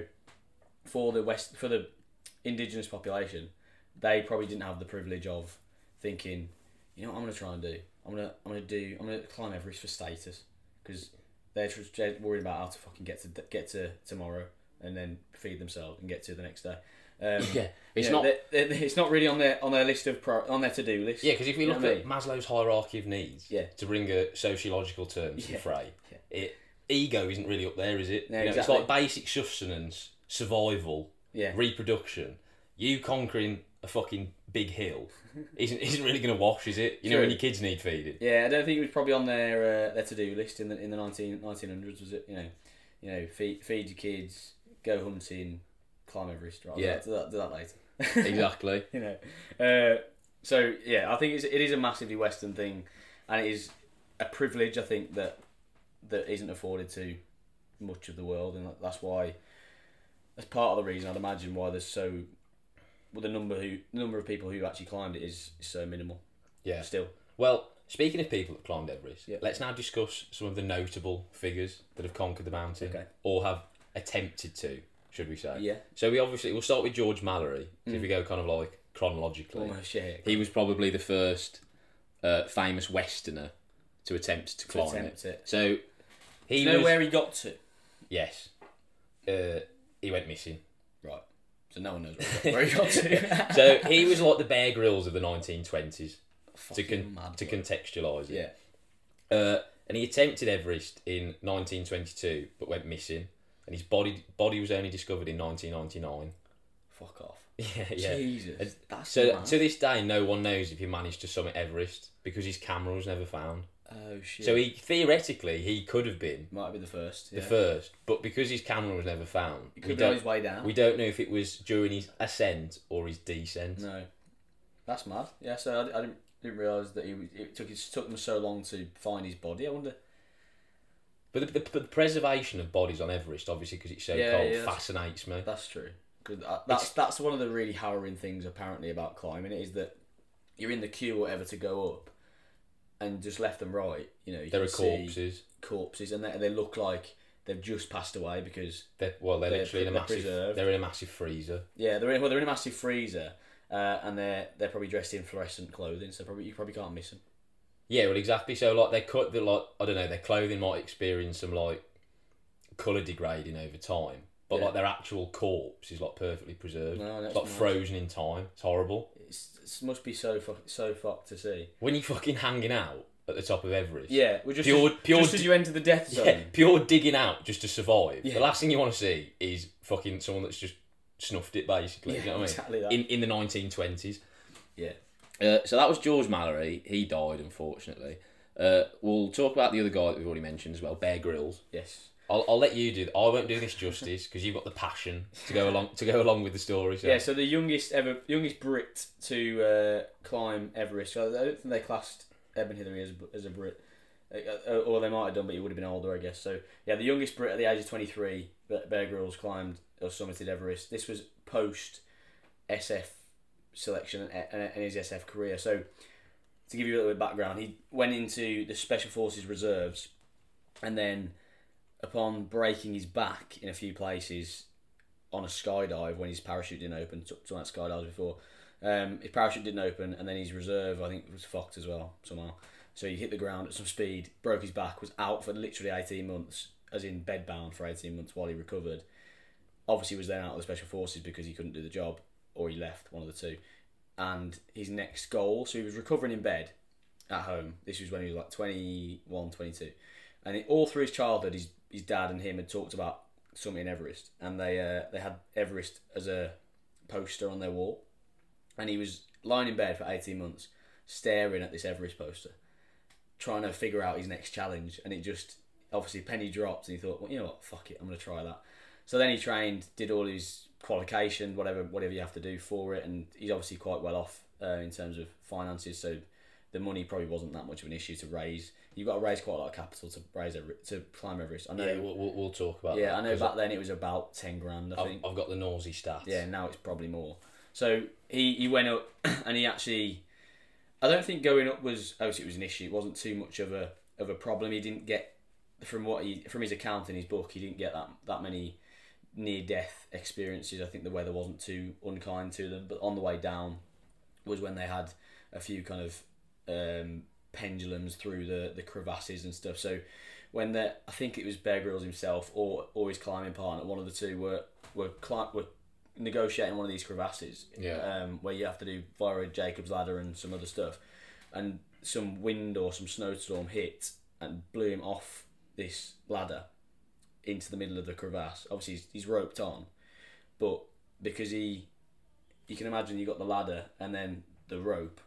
for the West for the indigenous population, they probably didn't have the privilege of thinking, you know what I'm gonna try and do? I'm gonna I'm gonna do I'm gonna climb Everest for status because they're just j- worried about how to fucking get to get to tomorrow and then feed themselves and get to the next day. Um,
Yeah, it's
you
not.
know, they- they- they- it's not really on their on their list of pro, on their to do list.
Yeah, because if we
You know
look
what I
at Maslow's hierarchy of needs,
Yeah.
to bring a sociological term to the
Yeah.
fray,
Yeah.
it ego isn't really up there, is it?
No,
You know,
exactly.
It's like basic sustenance, survival,
yeah,
reproduction. You conquering a fucking big hill isn't isn't really going to wash, is it? You know
True.
when your kids need feeding.
Yeah, I don't think it was probably on their uh, their to do list in the in the 19, 1900s, was it? You know, you know, feed feed your kids, go hunting, climb Everest. Right,
Yeah.
yeah, do that, do that later.
Exactly.
you know, uh, so yeah, I think it's, it is a massively Western thing, and it is a privilege I think that that isn't afforded to much of the world, and that's why that's part of the reason I'd imagine why there's so well the number who number of people who actually climbed it is, is so minimal.
Yeah.
Still.
Well, speaking of people that climbed Everest,
Yeah.
let's now discuss some of the notable figures that have conquered the mountain
Okay.
or have attempted to, should we say?
Yeah. Hmm.
So we obviously we'll start with George Mallory. So If we go kind of like chronologically.
Almost, yeah.
He was probably the first uh, famous Westerner to attempt to climb
attempt it.
So he
You know
was-
where he got to?
yes, uh, he went missing.
Right. So no one knows where he got- where he got to.
So he was like the Bear Grylls of the 1920s to
Fucking
con-
mad
to
bloke.
contextualise it.
yeah.
Uh, and he attempted Everest in 1922, but went missing. And his body body was only discovered in 1999.
Fuck off.
Yeah, yeah.
Jesus. That's
So
mad.
to this day, no one knows if he managed to summit Everest because his camera was never found.
oh shit.
So he theoretically he could have been
might be the first. Yeah.
the first, but because his camera was never found,
He
we
could be on
don't
his way down.
we don't know if it was during his ascent or his descent.
No, that's mad. Yeah, so I, I didn't didn't realize that he was- it took it took them so long to find his body. I wonder.
But the, the, the preservation of bodies on Everest, obviously, because it's so
Yeah,
cold,
yeah, that's-
fascinates me.
That's true. 'Cause that- that's that's one of the really harrowing things apparently about climbing it is that you're in the queue or whatever to go up, and just left and right, you know, you
There are
can see
corpses.
corpses, and they, they look like they've just passed away because
They're, well, they're,
They're-
literally in a
they're
massive.
preserved.
They're in a massive freezer.
yeah they're in, well they're in a massive freezer. Uh, and they're they're probably dressed in fluorescent clothing, so probably you probably can't miss them.
Yeah, well, exactly. So like they cut the like I don't know their clothing might experience some like color degrading over time, but
Yeah.
like their actual corpse is like perfectly preserved.
No,
it's
that's
like
mad.
frozen in time. It's horrible.
It's, it must be so fu- so fucked to see.
When you fucking hanging out at the top of Everest,
Yeah, we're just
Pure-
as,
pure
just as
di-
you enter the death zone.
yeah, pure digging out just to survive.
Yeah.
The last thing you want to see is fucking someone that's just snuffed it basically. you
Yeah,
know what
exactly
I
that.
mean? In in the nineteen twenties.
Yeah.
Uh, so that was George Mallory. He died unfortunately. Uh, we'll talk about the other guy that we've already mentioned as well, Bear Grylls.
Yes.
I'll, I'll let you do. I won't do this justice because you've got the passion to go along to go along with the story. So.
Yeah. So the youngest ever youngest Brit to uh, climb Everest. So I don't think they classed Eben Hillary as, a- as a Brit, Uh, uh, or they might have done, but he would have been older, I guess. So yeah, the youngest Brit at the age of twenty three, Bear Grylls climbed or summited Everest. This was post SF selection and, and, and his SF career. So to give you a little bit of background, he went into the Special Forces Reserves, and then upon breaking his back in a few places on a skydive when his parachute didn't open, took to that skydives before, um, his parachute didn't open, and then his reserve I think was fucked as well somehow. So he hit the ground at some speed, broke his back, was out for literally eighteen months, as in bed bound for eighteen months while he recovered. Obviously, was then out of the special forces because he couldn't do the job, or he left one of the two. And his next goal, so he was recovering in bed at home. This was when he was like 21, 22. And it, all through his childhood, his, his dad and him had talked about summiting Everest. And they uh, they had Everest as a poster on their wall. And he was lying in bed for 18 months, staring at this Everest poster, trying to figure out his next challenge. And it just, obviously, penny dropped. And he thought, well, you know what, fuck it, I'm going to try that. So then he trained, did all his qualification, whatever whatever you have to do for it, and he's obviously quite well off uh, in terms of finances. So the money probably wasn't that much of an issue to raise. You've got to raise quite a lot of capital to raise every, to climb Everest. I know.
yeah
Yeah,
we'll, we'll, we'll talk about. that,
I know.
'cause
Back then it was about ten grand, I
I've,
think.
I've got the nausea stats.
Yeah, now it's probably more. So he, he went up and he actually, I don't think going up was obviously it was an issue. It wasn't too much of a of a problem. He didn't get from what he from his account in his book. He didn't get that that many near death experiences. I think the weather wasn't too unkind to them. But on the way down was when they had a few kind of um, pendulums through the the crevasses and stuff. So when the I think it was Bear Grylls himself or or his climbing partner, one of the two were were cli- were negotiating one of these crevasses.
Yeah.
Um, where you have to do via a Jacob's ladder and some other stuff, and some wind or some snowstorm hit and blew him off this ladder into the middle of the crevasse. Obviously, he's, he's roped on, but because he, you can imagine you got the ladder and then the rope.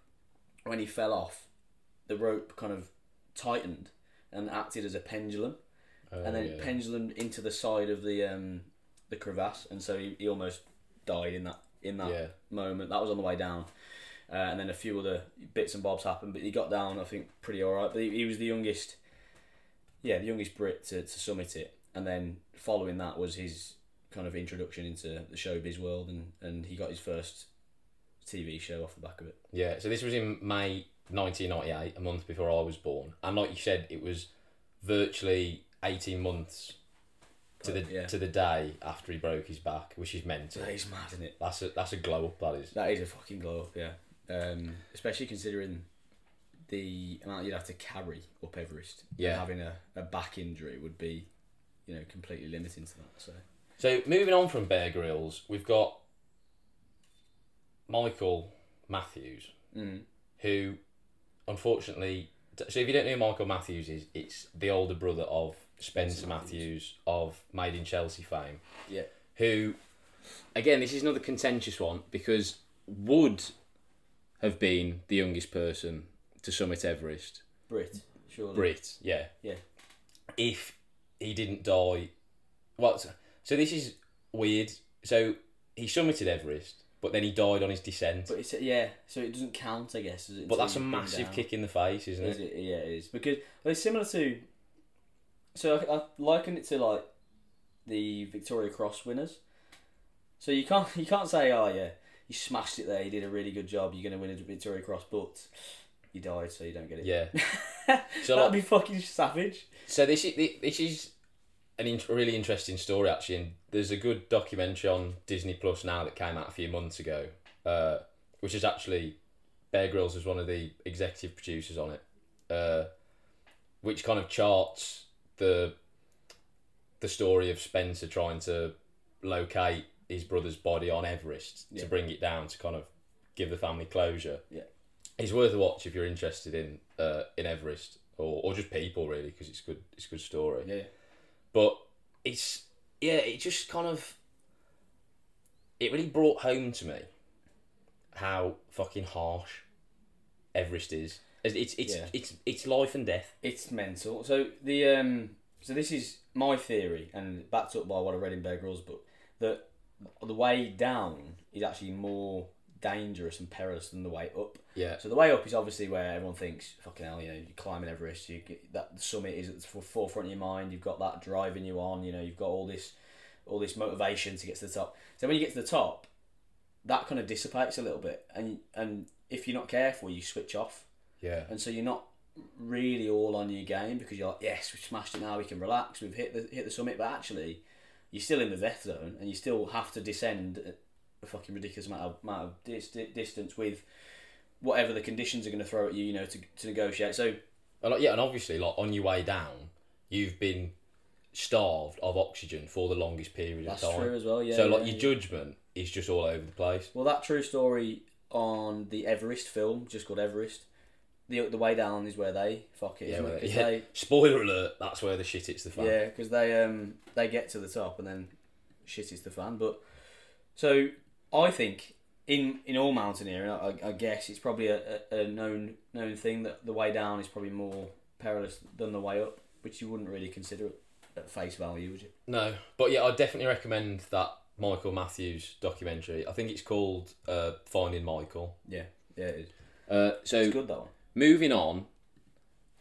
When he fell off, the rope kind of tightened and acted as a pendulum,
Oh,
and then it
yeah.
pendulumed into the side of the um, the crevasse, and so he, he almost died in that in that
Yeah.
moment. That was on the way down. Uh, and then a few other bits and bobs happened, but he got down, I think, pretty all right. But he, he was the youngest yeah, the youngest Brit to, to summit it, and then following that was his kind of introduction into the showbiz world, and, and he got his first TV show off the back of it.
yeah. So this was in May 1998, a month before I was born, and like you said, it was virtually 18 months to the
but, yeah.
to the day after he broke his back, which is mental.
That is mad, isn't it?
That's a that's a glow up. That is.
That is a fucking glow up, yeah. Um, especially considering the amount you'd have to carry up Everest.
Yeah.
Having a, a back injury would be, you know, completely limiting to that. So
So moving on from Bear Grylls, we've got Michael Matthews, who unfortunately. So if you don't know who Michael Matthews is, it's the older brother of Spencer Matthews of Made in Chelsea fame.
Yeah.
Who, again, this is another contentious one because would have been the youngest person to summit Everest.
Brit, surely.
Brit, yeah.
Mm. Yeah.
If he didn't die, well, so- so this is weird. So he summited Everest, but then he died on his descent. But,
But it's yeah, so it doesn't count, I guess. Does it,
that's a
until you've been
massive
down.
kick in the face, isn't
Is
it?
it? Yeah, it is because well, it's similar to. So I, I liken it to like the Victoria Cross winners. So you can't you can't say oh yeah you smashed it there you did a really good job you're going to win a Victoria Cross but you died so you don't get it.
Yeah. So like,
That'd be fucking savage.
so this is this is an in- a really interesting story actually, and there's a good documentary on Disney Plus now that came out a few months ago, uh, which is actually Bear Grylls was one of the executive producers on it, uh, which kind of charts the the story of Spencer trying to locate his brother's body on Everest
Yeah.
to bring it down to kind of give the family closure.
Yeah.
it's worth a watch if you're interested in uh, in Everest or, or just people really because it's good it's a good story.
Yeah.
But it's yeah, it just kind of it really brought home to me how fucking harsh Everest is. It's it's it's
Yeah.
it's, it's life and death.
It's mental. So the um, so this is my theory, and backed up by what I read in Bear Grylls' book, that the way down is actually more dangerous and perilous than the way up.
Yeah.
So the way up is obviously where everyone thinks, fucking hell, you know, you're climbing Everest, you get, that summit is at the fore- forefront of your mind, you've got that driving you on, you know, you've got all this, all this motivation to get to the top. So when you get to the top, that kind of dissipates a little bit, and and if you're not careful, you switch off
Yeah.
and so you're not really all on your game because you're like, yes, we smashed it now, we can relax, we've hit the hit the summit, but actually, you're still in the death zone and you still have to descend a fucking ridiculous amount of, amount of dis- di- distance with whatever the conditions are going to throw at you, you know, to, to negotiate. So
And like, yeah, and obviously like on your way down, you've been starved of oxygen for the longest period
that's
of time.
true as well. Yeah.
so like
yeah,
your
yeah.
judgment is just all over the place.
Well, that true story on the Everest film, just called Everest. The, the way down is where they fuck it,
Yeah,
isn't it?
well,
'Cause
yeah.
they-
Spoiler alert, that's where the shit hits the fan.
Yeah, because they um they get to the top and then shit is the fan. But so I think in in all mountaineering, I, I guess it's probably a, a, a known known thing that the way down is probably more perilous than the way up, which you wouldn't really consider it at face value, would you?
No, but yeah, I definitely recommend that Michael Matthews documentary. I think it's called uh, Finding Michael.
Yeah, yeah, it is.
Uh, so
It's good that one.
moving on,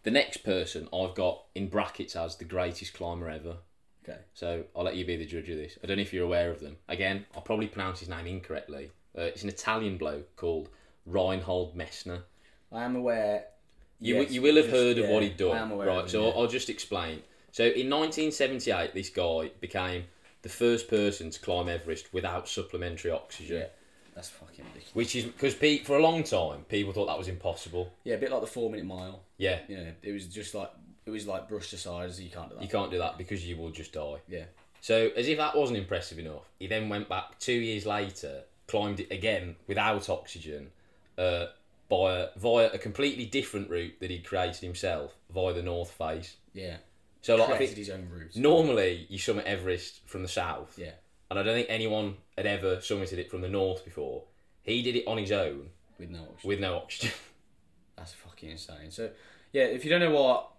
the next person I've got in brackets as the greatest climber ever.
Okay.
So I'll let you be the judge of this. I don't know if you're aware of them. Again, I'll probably pronounce his name incorrectly. Uh, it's an Italian bloke called Reinhold Messner.
I am aware.
You,
yes,
you will have
just-
heard of
yeah,
what he'd done,
I am aware.
right?
of
so
him,
I'll, I'll just explain. So in 1978, this guy became the first person to climb Everest without supplementary oxygen,
yeah. Yeah, that's fucking ridiculous.
which is because Pete, for a long time, people thought that was impossible.
Yeah, a bit like the four minute mile.
Yeah,
You know, it was just like it was like brushed aside as you can't do that.
you can't do that because you will just die.
yeah.
So as if that wasn't impressive enough, he then went back two years later, climbed it again without oxygen, uh, by a, via a completely different route that he'd created himself via the North Face.
Yeah.
So like, I
Created
think
his own route.
normally you summit Everest from the south.
Yeah.
and I don't think anyone had ever summited it from the north before. He did it on his own
with no oxygen.
with no oxygen.
That's fucking insane. So, yeah, if you don't know what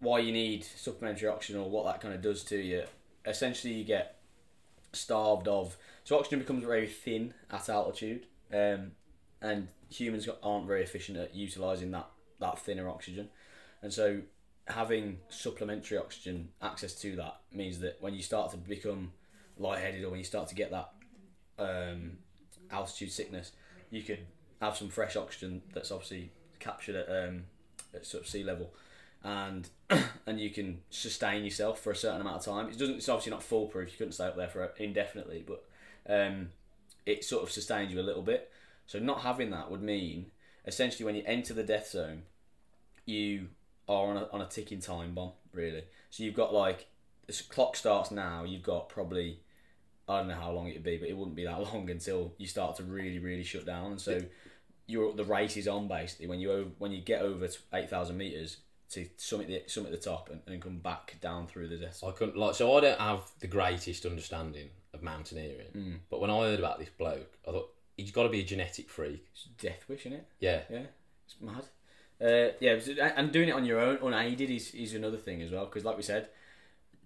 why you need supplementary oxygen or what that kind of does to you, essentially you get starved of. So oxygen becomes very thin at altitude, um, and humans aren't very efficient at utilizing that that thinner oxygen, and so having supplementary oxygen access to that means that when you start to become lightheaded or when you start to get that um, altitude sickness, you could have some fresh oxygen that's obviously captured at, um, at sort of sea level, and and you can sustain yourself for a certain amount of time. It doesn't. It's obviously not foolproof. You couldn't stay up there for indefinitely, but um, it sort of sustains you a little bit. So not having that would mean essentially when you enter the death zone, you are on a, on a ticking time bomb really. So you've got like this clock starts now. You've got probably I don't know how long it would be, but it wouldn't be that long until you start to really really shut down. And so you're the race is on basically when you over, when you get over eight thousand meters to summit the summit the top and, and come back down through the death.
I couldn't like so I don't have the greatest understanding of mountaineering. But when I heard about this bloke, I thought he's got to be a genetic freak.
It's death wish, is it?
Yeah.
Yeah, it's mad. Uh, yeah, so- and doing it on your own, Oh, unaided, is, is another thing as well. Because, like we said,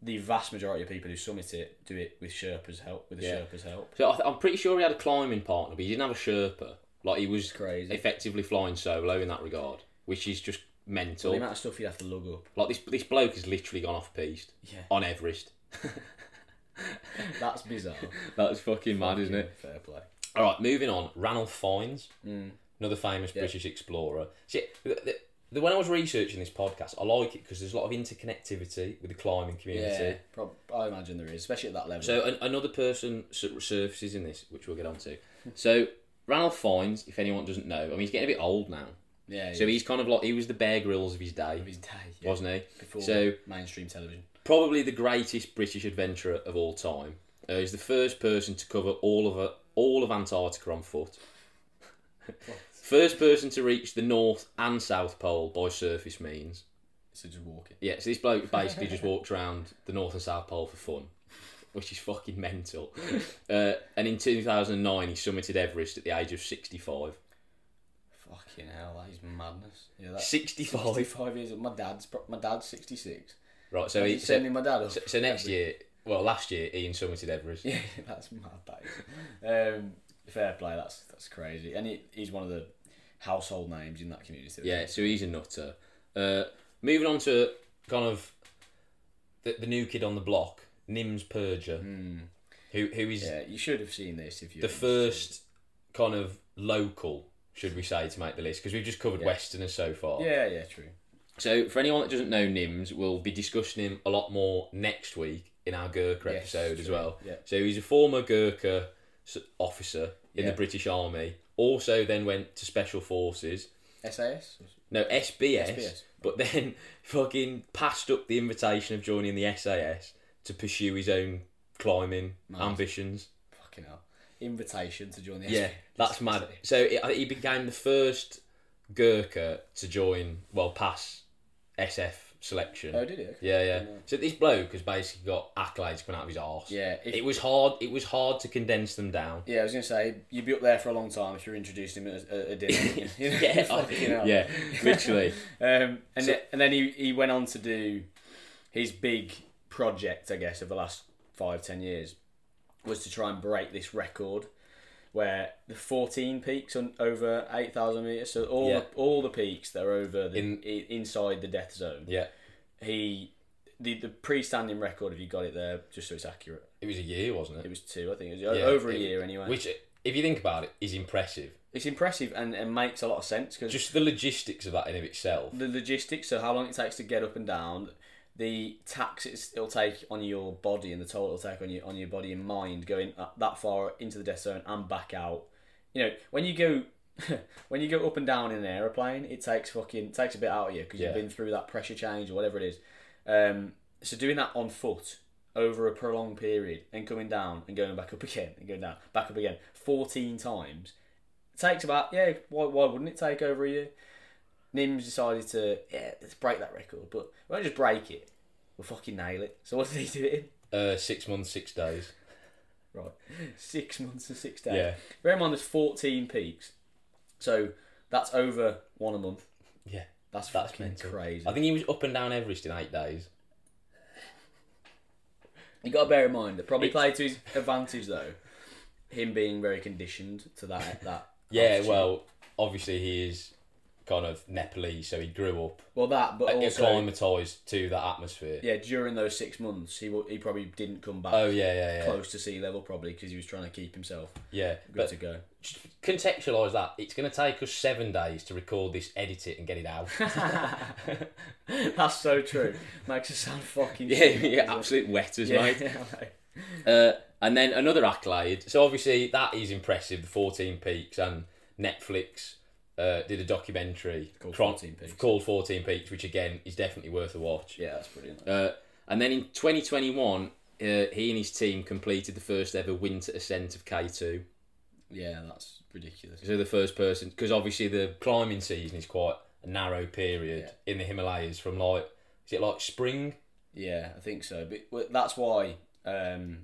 the vast majority of people who summit it do it with Sherpa's help. With the
Yeah.
Sherpa's help,
So I th- I'm pretty sure he had a climbing partner, but he didn't have a Sherpa. Like he was
Crazy.
effectively flying solo in that regard, which is just
the
mental.
amount of stuff you'd have to lug up.
Like this this bloke has literally gone off piste
Yeah.
on Everest.
That's bizarre.
That's fucking mad, isn't it?
Fair play.
All right, moving on. Ranulph Fiennes,
Mm.
another famous British explorer. See, the, the, the, when I was researching this podcast, I like it because there's a lot of interconnectivity with the climbing community.
Yeah, prob- I imagine there is, especially at that level.
So an, another person sur- surfaces in this, which we'll get onto. So Ranulph Fiennes, if anyone doesn't know, I mean he's getting a bit old now.
yeah,
So he's kind of like he was the Bear Grylls of his day,
of his day, yeah,
wasn't he?
before
so
mainstream television.
probably the greatest British adventurer of all time. Uh, he's the first person to cover all of a, all of Antarctica on foot. first person to reach the North and South Pole by surface means.
So just walking.
Yeah, so this bloke basically just walked around the North and South Pole for fun, which is fucking mental. Uh, and in 2009, he summited Everest at the age of 65.
Fucking hell, that is madness. Yeah, that's
65.
five years. old. My dad's pro- my dad's sixty six.
Right, so he,
He's sending
so,
my dad up.
so next year, well, last year, Ian summited Everest.
Yeah, that's mad. That is. Um, fair play. That's that's crazy. And he, he's one of the household names in that community.
Yeah, so he's a nutter. Uh, moving on to kind of the, the new kid on the block, Nims Purger, who who is
Mm, Yeah, you should have seen this if you.
the first kind of local, should we say, to make the list because we've just covered Westerners so far.
Yeah, yeah, true.
So for anyone that doesn't know Nims, we'll be discussing him a lot more next week in our Gurkha
Yes,
episode as
true.
well.
Yeah.
So he's a former Gurkha s- officer in
Yeah.
the British Army. Also, then went to Special Forces.
SAS.
No, SBS,
SBS.
But then fucking passed up the invitation of joining the SAS to pursue his own climbing ambitions.
Fucking hell. Invitation to join the.
Yeah,
SAS.
that's mad. So it, I think he became the first Gurkha to join, well, pass SF selection.
Oh, did it? Okay.
Yeah, yeah. So this bloke has basically got accolades coming out of his arse.
Yeah, if-
it was hard. It was hard to condense them down.
Yeah, I was gonna say you'd be up there for a long time if you're introducing him at a, a dinner.
Yeah,
fucking hell.
yeah, literally.
Um, and then, and then he, he went on to do his big project, I guess, of the last five ten years, was to try and break this record, where the fourteen peaks on over eight thousand meters, so all
Yeah.
the, all the peaks that are over the,
In-
in, inside the death zone.
yeah,
He the the pre standing record, if you got it there, just so it's accurate,
it was a year, wasn't
it
it?
was two, I think, it was o-
Yeah,
over a
it-
year anyway.
Which, if you think about it, is impressive.
it's impressive and, and makes a lot of sense because
Just the logistics of that in of itself.
the logistics, so how long it takes to get up and down, the tax it's, it'll take on your body and the toll it'll take on your on your body and mind going that- that far into the death zone and back out. You know, when you go when you go up and down in an aeroplane, it takes fucking it takes a bit out of you because
Yeah.
you've been through that pressure change or whatever it is. Um, so doing that on foot over a prolonged period and coming down and going back up again and going down back up again 14 times takes about yeah why, why wouldn't it take over a year Nims decided to yeah, let's break that record, but we won't just break it. We'll fucking nail it. So what did he do it
Uh, six months, six days.
in? Right, six months and six days.
Yeah.
Bear in mind, there's 14 peaks, so that's over one a month.
Yeah,
That's,
that's
fucking
mental.
crazy.
I think he was up and down Everest in eight days.
You got to bear in mind that probably played to his advantage though, him being very conditioned to that that.
Yeah,
altitude.
well, obviously he is kind of Nepalese, so he grew up
Well, that, but also,
acclimatized to that atmosphere.
yeah, during those six months, he wa- he probably didn't come back
Oh yeah, yeah, yeah,
close to sea level probably because he was trying to keep himself
yeah.
good
But
to go.
contextualize that. It's going to take us seven days to record this, edit it, and get it out.
That's so true. Makes us sound fucking
yeah, yeah, absolute wetters,
Yeah,
mate.
yeah, I know.
Uh, and then another accolade. So obviously that is impressive. The fourteen peaks and Netflix uh, did a documentary
Called 14 Peaks.
called 14 Peaks, which again is definitely worth a watch.
yeah, that's brilliant.
Uh, and then in 2021, uh, he and his team completed the first ever winter ascent of K2.
Yeah, that's ridiculous.
So the first person, because obviously the climbing season is quite a narrow period in the Himalayas from like, is it like spring?
Yeah, I think so. But well, that's why um,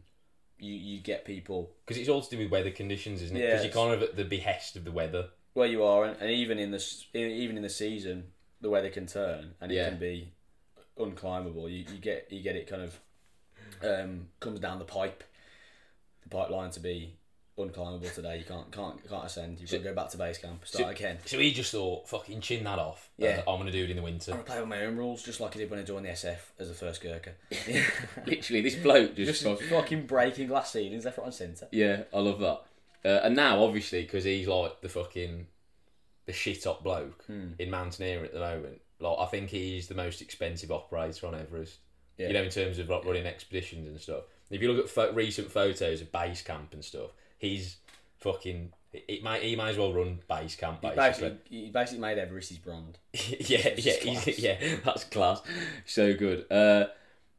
you you get people
Because it's all to do with weather conditions, isn't it?
Yeah,
Because
it's-
you're kind of at the behest of the weather.
where you are, and, and even in the s- e- even in the season, the weather can turn and it
Yeah.
can be unclimbable. You, you get you get it kind of um, comes down the pipe, the pipeline to be unclimbable today. You can't can't can't ascend. You've got to go back to base camp, start again.
So he just thought, fucking chin that off.
Yeah.
Uh, I'm going to do it in the winter.
I play on my own rules, just like I did when I joined the SF as a first Gurkha.
Literally, this bloke
just fucking breaking glass ceilings left, right, and centre.
Yeah, I love that. Uh, and now, obviously, because he's like the fucking the shit up bloke
Hmm.
in mountaineering at the moment. Like, I think he's the most expensive operator on Everest.
Yeah.
You know, in terms of like running expeditions and stuff. If you look at pho- recent photos of base camp and stuff, he's fucking. It might he may as well run base camp basically.
Basically, he basically made Everest his brand.
yeah, yeah,
is class.
he's, yeah. That's class. So good. Uh,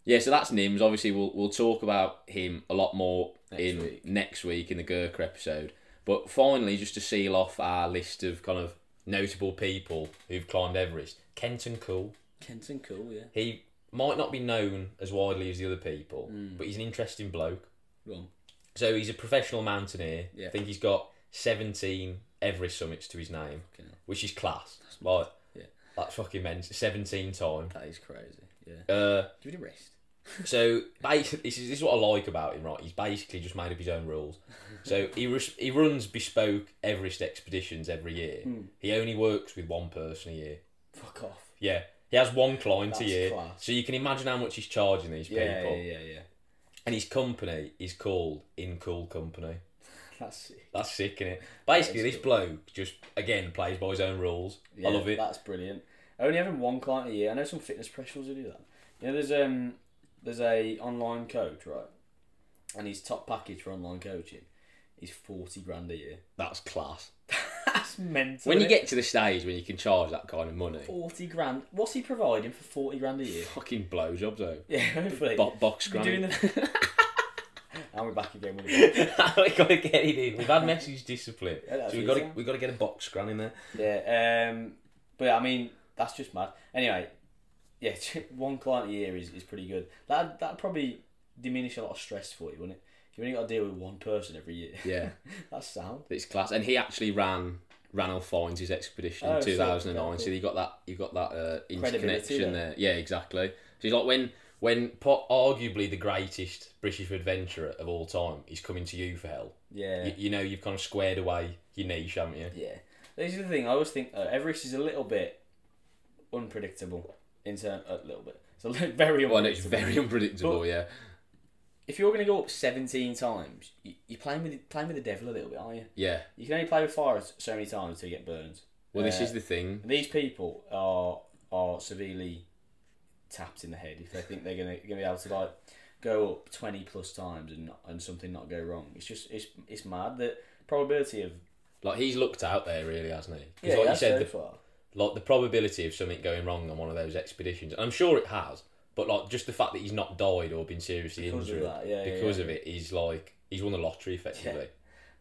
yeah, so that's Nims. Obviously, we'll we'll talk about him a lot more in
week.
next week in the Gurkha episode. But finally, just to seal off our list of kind of notable people who've climbed Everest, Kenton Cool.
Kenton, cool, yeah.
He might not be known as widely as the other people,
Hmm.
but he's an interesting bloke.
Go on.
So he's a professional mountaineer.
Yeah.
I think he's got 17 Everest summits to his name,
Fucking hell.
which is class. Like,
Yeah.
that's fucking immense. 17 times.
That is crazy. Yeah.
Uh,
Give it a rest.
so basically, this is, this is what I like about him, right? He's basically just made up his own rules. So he res- he runs bespoke Everest expeditions every year.
Hmm.
He only works with one person a year.
Fuck off.
Yeah, he has one client a
That's
year.
class.
So you can imagine how much he's charging these
Yeah,
people.
yeah, yeah, yeah.
And his company is called In Cool Company.
That's sick.
That's sick, isn't it? Basically, this bloke just again plays by his own rules. I love it.
That's brilliant. Only having one client a year. I know some fitness professionals who do that. You know, there's um, there's a online coach, right? And his top package for online coaching is forty grand a year.
That's class.
That's mental.
When you
isn't it?
get to the stage when you can charge that kind of money,
forty grand, what's he providing for forty grand a year?
fucking blowjobs though.
Yeah, hopefully.
Bo- box
We're
granny.
doing the... and we're back again. With the...
we got to get it in. We've had message discipline,
Yeah, that's
so we got to
easy.
we got to get a box scran in there.
Yeah, um, but yeah, I mean that's just mad. Anyway, yeah, one client a year is, is pretty good. That that probably diminish a lot of stress for you, wouldn't it? If you only got to deal with one person every year,
Yeah,
that's sound.
it's class. And he actually ran ran Ranulph Fiennes' expedition
Oh,
in
so-
2009.
okay,
So
cool.
you got that you got that uh,
Credibility
interconnection
then.
there. Yeah, exactly. So it's like when when po- arguably the greatest British adventurer of all time is coming to you for help.
Yeah,
You, you know you've kind of squared away your niche, haven't you?
yeah. This is the thing. I always think uh, Everest is a little bit unpredictable in turn a little bit. It's a li- very unpredictable.
Well, no, it's very unpredictable. yeah,
If you're going to go up seventeen times, you, you're playing with the- playing with the devil a little bit, aren't you?
yeah.
You can only play with fire so many times until you get burned.
Well, this
Uh,
is the thing.
These people are are severely tapped in the head if they think they're gonna, gonna be able to like go up twenty plus times and not, and something not go wrong. It's just it's it's mad that probability of
Like he's looked out there, really, hasn't he? 'Cause
yeah,
like you
that's
said,
so
the
far.
like the probability of something going wrong on one of those expeditions, and I'm sure it has, but like just the fact that he's not died or been seriously
Because of
injured
that, yeah, yeah,
because
yeah.
of it is like he's won the lottery effectively.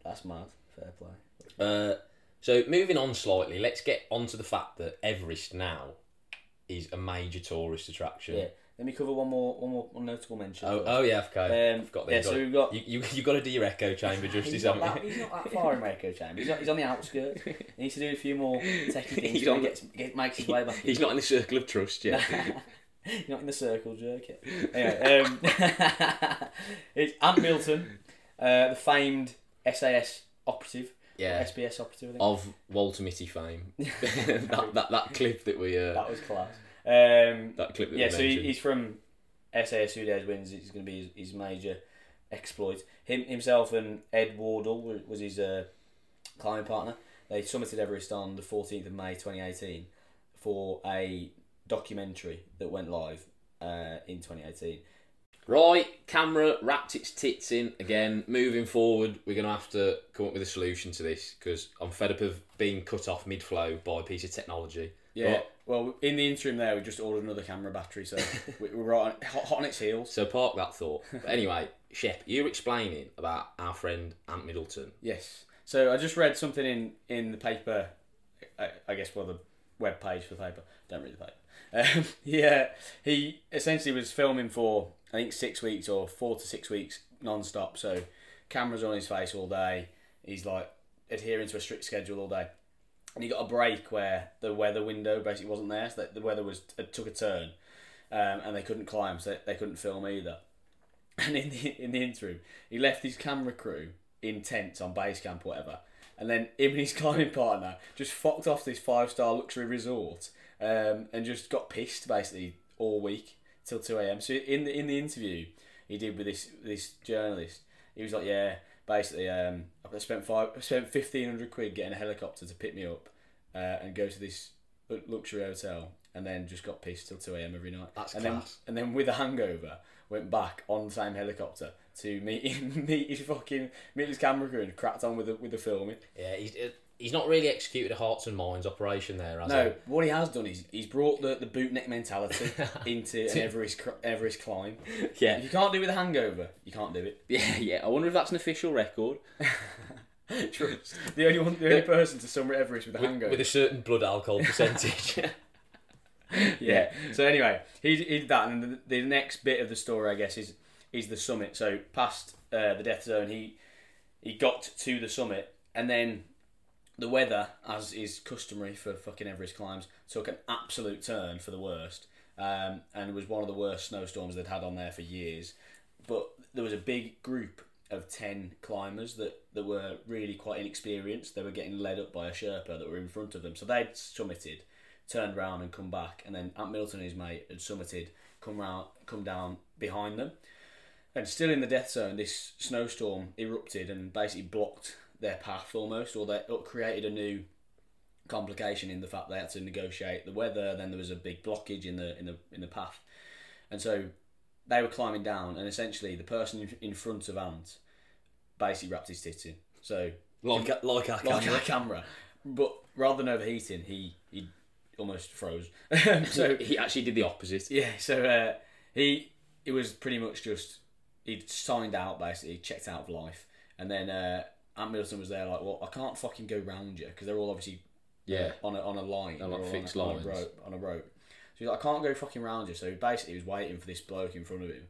That's mad. Fair play.
Uh, so moving on slightly, let's get on to the fact that Everest now is a major tourist attraction.
Yeah. Let me cover one more one more one notable mention.
Oh,
first.
oh yeah, okay.
Um,
I've got
yeah,
there.
so we've got-
you, you. You got to do your echo chamber justice,
He's not, that,
haven't you?
he's not that far in Waco Chamber. He's, not, he's on the outskirts. He needs to do a few more techie things.
He's
He's on,
on-
gets, get, makes his way back. in.
He's not in the circle of trust yet.
You're not in the circle, jerk it. Anyway, um,
ehm,
it's Ant Milton, uh, the famed SAS operative,
yeah,
SBS operative. I think.
of Walter Mitty fame. that, that that clip that we uh,
That was class. Um,
that clip that
yeah,
we
so he,
mentioned.
he's from SAS Udaz wins. It's going to be his, his major exploit. Him himself and Ed Wardle wa- was his uh, climbing partner. They summited Everest on the 14th of May 2018 for a documentary that went live uh, in 2018.
Right, camera wrapped its tits in again. Moving forward, we're going to have to come up with a solution to this because I'm fed up of being cut off mid flow by a piece of technology.
Yeah.
But-
well, in the interim, there we just ordered another camera battery, so we- we're right on, hot, hot on its heels.
so park that thought. But anyway, Shep, you were explaining about our friend Ant Middleton.
Yes. So I just read something in in the paper. I, I guess well the web page for the paper. Don't read the paper. Um, yeah, he essentially was filming for I think six weeks or four to six weeks non-stop. So cameras on his face all day. He's like adhering to a strict schedule all day. And he got a break where the weather window basically wasn't there, so that the weather was it took a turn, um, and they couldn't climb, so they couldn't film either. And in the in the interim, he left his camera crew in tents on base camp, or whatever. And then him and his climbing partner just fucked off this five star luxury resort um, and just got pissed basically all week till two a.m. So in the in the interview he did with this this journalist, he was like, "Yeah, basically, um, I spent five, I spent fifteen hundred quid getting a helicopter to pick me up uh, and go to this lu- luxury hotel, and then just got pissed till two a.m. every night.
That's
and
class.
Then, and then with a hangover, went back on the same helicopter to meet meet his fucking meet his camera crew and cracked on with the with the filming.
Yeah, he's, uh, he's not really executed a hearts and minds operation there, has
No, Oh, what he has done is he's brought the, the bootneck mentality into an Everest cr- Everest climb.
he? Yeah.
If you can't do it with a hangover, you can't do it.
Yeah, yeah. I wonder if that's an official record
Trust. The only one, the only person to summit Everest with a hangover.
with a certain blood alcohol percentage.
yeah. So anyway, he, he did that, and the, the next bit of the story, I guess, is is the summit. So past uh, the death zone, he he got to the summit, and then the weather, as is customary for fucking Everest climbs, took an absolute turn for the worst, um, and was one of the worst snowstorms they'd had on there for years. But there was a big group of ten climbers that, that were really quite inexperienced. They were getting led up by a Sherpa that were in front of them, so they'd summited turned round and come back, and then Ant Middleton and his mate had summited, come round, come down behind them, and still in the death zone, this snowstorm erupted and basically blocked their path almost, or they it created a new complication in the fact they had to negotiate the weather. Then there was a big blockage in the in the in the path, and so they were climbing down, and essentially the person in- in front of Ant basically wrapped his tits in. So
like, a- like our
like
camera.
a camera. But rather than overheating, he he almost froze. so
he actually did the opposite.
yeah, so uh, he it was pretty much just he signed out basically, checked out of life, and then uh, Ant Middleton was there like, well, I can't fucking go round you because they're all obviously
Yeah.
on a on a line,
They're like
or on a-
fixed
on a,
lines.
rope, on a rope. So he's like, I can't go fucking round you. So basically, he was waiting for this bloke in front of him,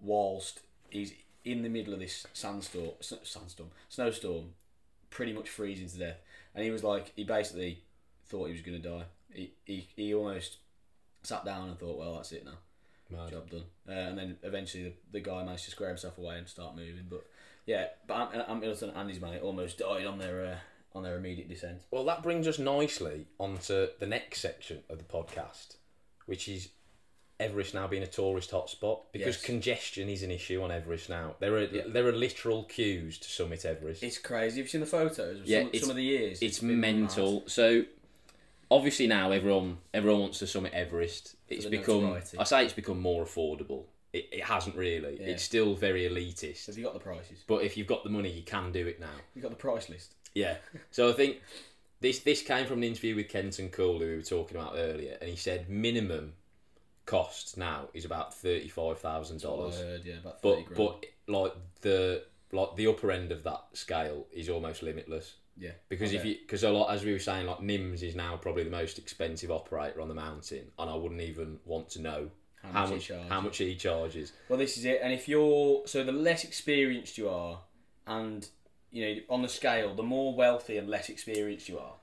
whilst he's in the middle of this sandstorm, s- sandstorm, snowstorm, pretty much freezing to death. And he was like, he basically thought he was gonna die. He he, he almost sat down and thought, well, that's it now,
Mad.
job done. Uh, and then eventually, the, the guy managed to square himself away and start moving. But yeah, but Ant, Ant Middleton and his mate almost died on their uh, on their immediate descent.
Well, that brings us nicely onto the next section of the podcast, which is Everest now being a tourist hotspot because
Yes.
congestion is an issue on Everest now. There are there are literal queues to summit Everest. It's,
It's crazy. Have you seen the photos of
Yeah,
some,
it's-
some of the years? been
mental.
mad.
So obviously now everyone everyone wants to summit Everest. It's
the
become
notoriety.
I say it's become more affordable. It, it hasn't really.
Yeah.
It's still very elitist.
Have you got the prices?
But if you've got the money, you can do it now.
You got the price list?
Yeah. So I think this this came from an interview with Kenton Cool who we were talking about earlier, and he said minimum cost now is about thirty five thousand dollars.
I heard, yeah, about thirty
But
grand.
but like the like the upper end of that scale is almost limitless
yeah,
because if
Okay.
you because a lot as we were saying like Nims is now probably the most expensive operator on the mountain, and I wouldn't even want to know
How
how
much he
much
charges.
how much he charges.
well, this is it. And if you're so the less experienced you are, and you know on the scale, the more wealthy and less experienced you are,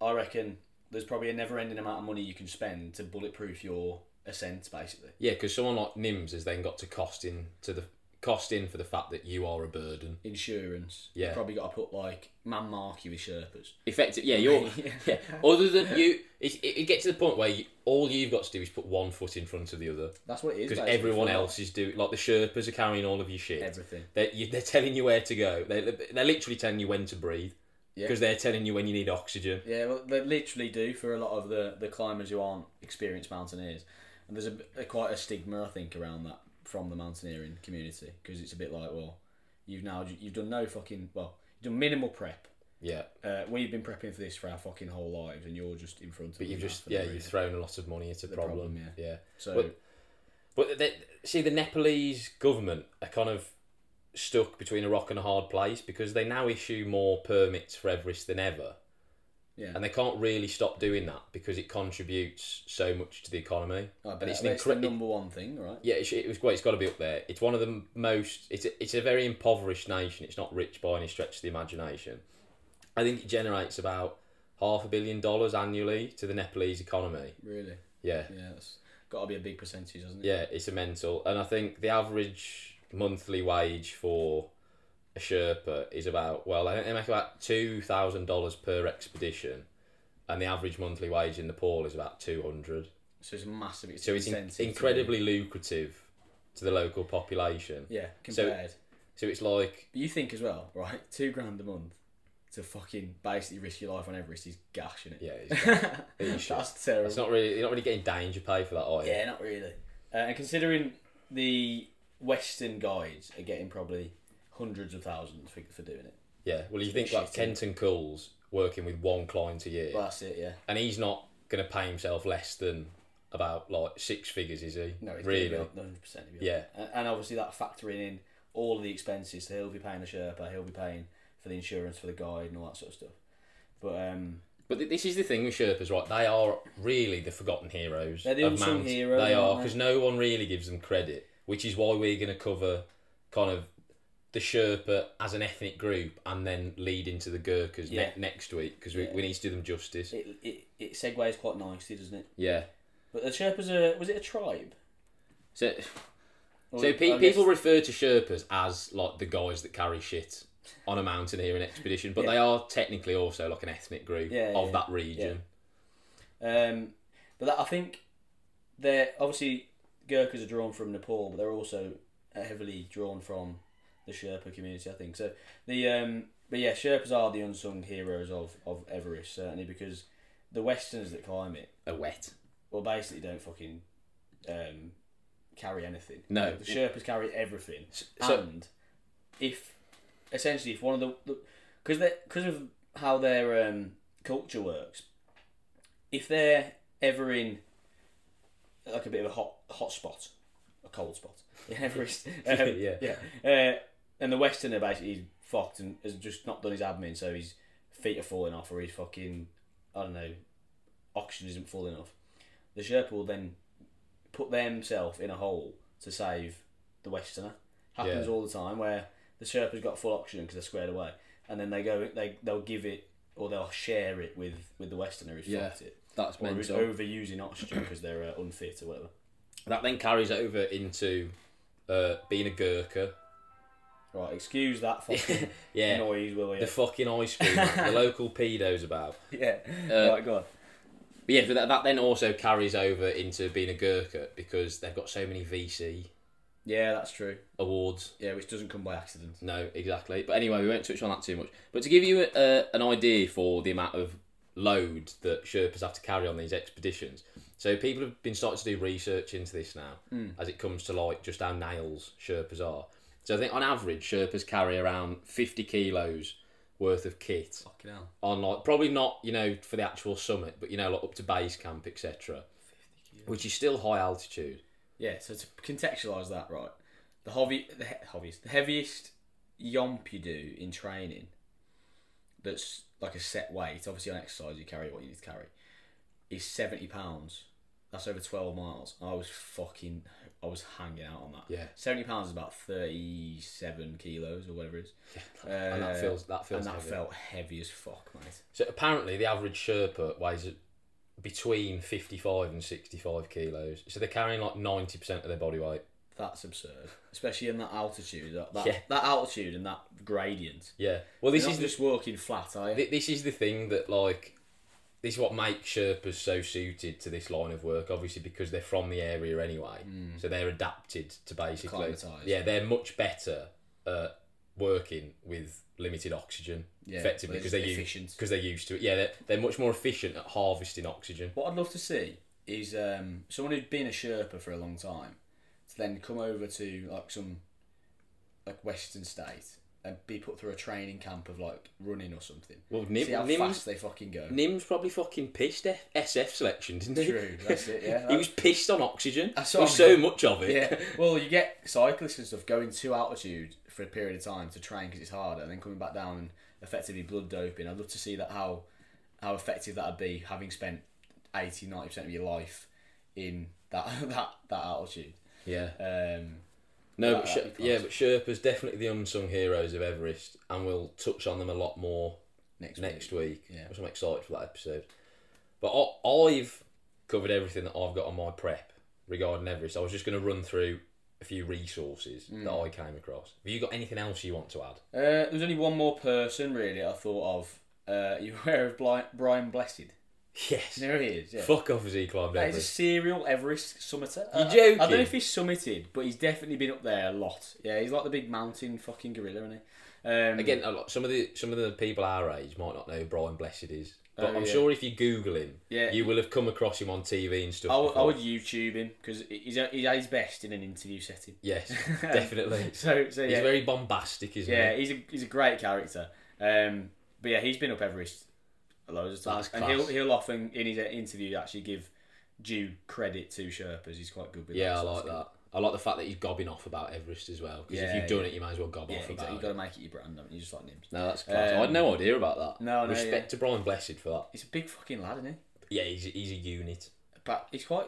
I reckon there's probably a never-ending amount of money you can spend to bulletproof your ascent, basically.
Yeah, because someone like Nims has then got to cost in to the cost in for the fact that you are a burden.
Insurance.
Yeah.
Probably got to put like man mark you with Sherpas.
Effective, yeah, you're. yeah. Other than you, it, it, it gets to the point where you, all you've got to do is put one foot in front of the other
That's what it is.
because
basically,
everyone
for
else is doing. Like the Sherpas are carrying all of your shit.
Everything.
They're, you, they're telling you where to go. They're, they're literally telling you when to breathe
Yeah.
because they're telling you when you need oxygen.
Yeah, well, they literally do for a lot of the, the climbers who aren't experienced mountaineers. And there's a, a quite a stigma, I think, around that from the mountaineering community because it's a bit like, well, you've now you've done no fucking well, you've done minimal prep.
Yeah,
Uh, we've been prepping for this for our fucking whole lives, and you're just in front of.
but you've
now
just
for no
yeah
reason.
you've thrown a lot of money at a
The
problem.
problem, yeah.
yeah.
So
But- But they, see, the Nepalese government are kind of stuck between a rock and a hard place because they now issue more permits for Everest than ever.
Yeah.
And they can't really stop doing that because it contributes so much to the economy.
I
and
bet
it's
it's,
an
the
incre-
number one thing, right?
yeah, it, it was great. It's got to be up there. It's one of the most. It's a, it's a very impoverished nation. It's not rich by any stretch of the imagination. I think it generates about half a billion dollars annually to the Nepalese economy.
Really?
Yeah.
Yeah, that's got to be a big percentage, doesn't it?
Yeah, it's a mental. And I think the average monthly wage for a Sherpa is about, well, I think they make about $2,000 per expedition. And the average monthly wage in Nepal is about 200
So it's massive. It's
So it's in-
incentive to be-
incredibly lucrative to the local population.
Yeah,
So-
compared.
So it's like,
But you think as well, right? Two grand a month to fucking basically risk your life on Everest is gash, isn't it?
yeah, it's, shit.
That's terrible.
it's not really, you're not really getting danger pay for that, are you?
Yeah, not really.
Uh, and considering the Western guides are getting probably hundreds of thousands for, for doing it.
Yeah. Well, you think like
shitty.
Kenton Coles working with one client a year,
Well, that's it, yeah.
and he's not going to pay himself less than about like six figures, is he?
No, it's
really.
gonna be hundred percent.
Yeah.
and, and obviously that factoring in all of the expenses. So he'll be paying the Sherpa, he'll be paying for the insurance for the guide and all that sort of stuff. But um,
But th- this is the thing with Sherpas, right? They are really the forgotten heroes.
They're the
of
unsung
Mount-
heroes,
They are
aren't they?
because no one really gives them credit, which is why we're going to cover kind of the Sherpa as an ethnic group and then lead into the Gurkhas
Yeah.
ne- next week because we, we need to do them justice.
it, it it segues quite nicely, doesn't it?
Yeah.
But the Sherpas are was it a tribe?
So,
Or-
so pe-
I guess-
people refer to Sherpas as like the guys that carry shit on a mountaineering expedition, but they are technically also like an ethnic group
Yeah,
of
yeah,
that region.
Um, but that, I think they're obviously Gurkhas are drawn from Nepal, but they're also heavily drawn from the Sherpa community. I think so. The um, but yeah, Sherpas are the unsung heroes of of Everest certainly because the Westerns that climb it
They're wet.
well basically don't fucking um, carry anything.
No.
the um, Sherpas carry everything.
so-
and if essentially if one of the because they because of how their um, culture works, if they're ever in like a bit of a hot hot spot, a cold spot, in Everest, um,
Yeah.
yeah, uh, and the Westerner basically is fucked and has just not done his admin, so his feet are falling off or his fucking I don't know, oxygen isn't full enough. The Sherpa will then put themselves in a hole to save the Westerner. Happens
Yeah.
all the time where the Sherpa's got full oxygen because they're squared away, and then they go they they'll give it or they'll share it with with the Westerner who's
Yeah.
fucked it
That's
or who's overusing oxygen because they're uh, unfit or whatever.
That then carries over into uh, being a Gurkha.
Right, excuse that fucking
Yeah.
noise, will you?
The fucking ice cream, the local pedos about.
yeah.
uh,
right, go on.
But yeah, but that, that then also carries over into being a Gurkha because they've got so many VC
Yeah, that's true.
awards.
Yeah, which doesn't come by accident.
No, exactly. But anyway, we won't touch on that too much. But to give you a, a, an idea for the amount of load that Sherpas have to carry on these expeditions, so people have been starting to do research into this now
Hmm.
as it comes to like just how nails Sherpas are. So I think on average, Sherpas carry around 50 kilos worth of kit
Fucking hell.
on like probably not you know for the actual summit, but you know like up to base camp etc. Which is still high altitude.
Yeah, so to contextualise that, right, the hobby, the he- hobbies, the heaviest yomp you do in training, that's like a set weight. Obviously, on exercise, you carry what you need to carry. Is seventy pounds. That's over twelve miles. I was fucking, I was hanging out on that.
Yeah.
seventy pounds is about thirty-seven kilos or whatever it is.
and that
Uh,
feels that feels
and that
heavy.
felt heavy as fuck, mate.
So apparently, the average Sherpa weighs between 55 and 65 kilos. So they're carrying like 90% of their body weight.
That's absurd, especially in that altitude. That that,
Yeah.
that altitude and that gradient.
Yeah. Well, this
You're
is
not
the
just walking flat, are you?
Th- this is the thing that like this is what makes Sherpas so suited to this line of work obviously because they're from the area anyway
Hmm.
so they're adapted to basically
Acclimatised.
yeah they're much better at working with limited oxygen
Yeah,
effectively
they're
because
just
they're
efficient.
because they're used to it yeah they're, they're much more efficient at harvesting oxygen
What I'd love to see is um, someone who'd been a Sherpa for a long time to then come over to like some like Western state and be put through a training camp of like running or something.
well
See how
Nim,
fast
Nim's,
they fucking go.
Nim's probably fucking pissed F- SF selection didn't he
True, that's it, yeah.
he was pissed on oxygen
That's
there was
what
so
I'm-
much of it
yeah. Well, you get cyclists and stuff going to altitude for a period of time to train because it's harder, and then coming back down and effectively blood doping. I'd love to see that how how effective that'd be, having spent 80 90 percent of your life in that that that altitude.
yeah
Um,
No,
Like
but
that,
Sher-
you
yeah, but Sherpa's definitely the unsung heroes of Everest, and we'll touch on them a lot more
next
next week.
Yeah.
which I'm excited for that episode. But I, I've covered everything that I've got on my prep regarding Everest. I was just going to run through a few resources that
Mm.
I came across. Have you got anything else you want to add?
Uh, there was only one more person really I thought of. Uh, you aware of Bli- Brian Blessed?
Yes.
There he is. Yeah.
Fuck off as he climbed
He's a
Everest.
serial Everest summiter. You
joking?
I don't know if he's summited, but he's definitely been up there a lot. Yeah, he's like the big mountain fucking gorilla, isn't he? Um,
Again, a lot, some of the some of the people our age might not know who Brian Blessed is, but
Oh,
I'm
yeah.
sure if you Google him,
Yeah.
you will have come across him on TV and stuff.
I would, I
before.
would YouTube him because he's at, he's at his best in an interview setting.
Yes, definitely.
So, so
He's
yeah,
very bombastic, isn't
yeah,
he?
he's a he's a great character. Um, but yeah, he's been up Everest loads of times,
That's
and he'll
class.
he'll often in his uh, interview actually give due credit to Sherpas. He's quite good with
Yeah,
that.
I
sort of
like
stuff.
that. I like the fact that he's gobbing off about Everest as well. Because if
Yeah,
you've done
yeah.
it, you might as well gob
Yeah,
off
exactly.
about it.
You've got to make it your brand, haven't you? Just like Nims.
No, that's class. I had no idea about that.
no, no,
Respect
yeah.
to Brian Blessed for that.
He's a big fucking lad, isn't he?
Yeah, he's, he's a unit.
But he's quite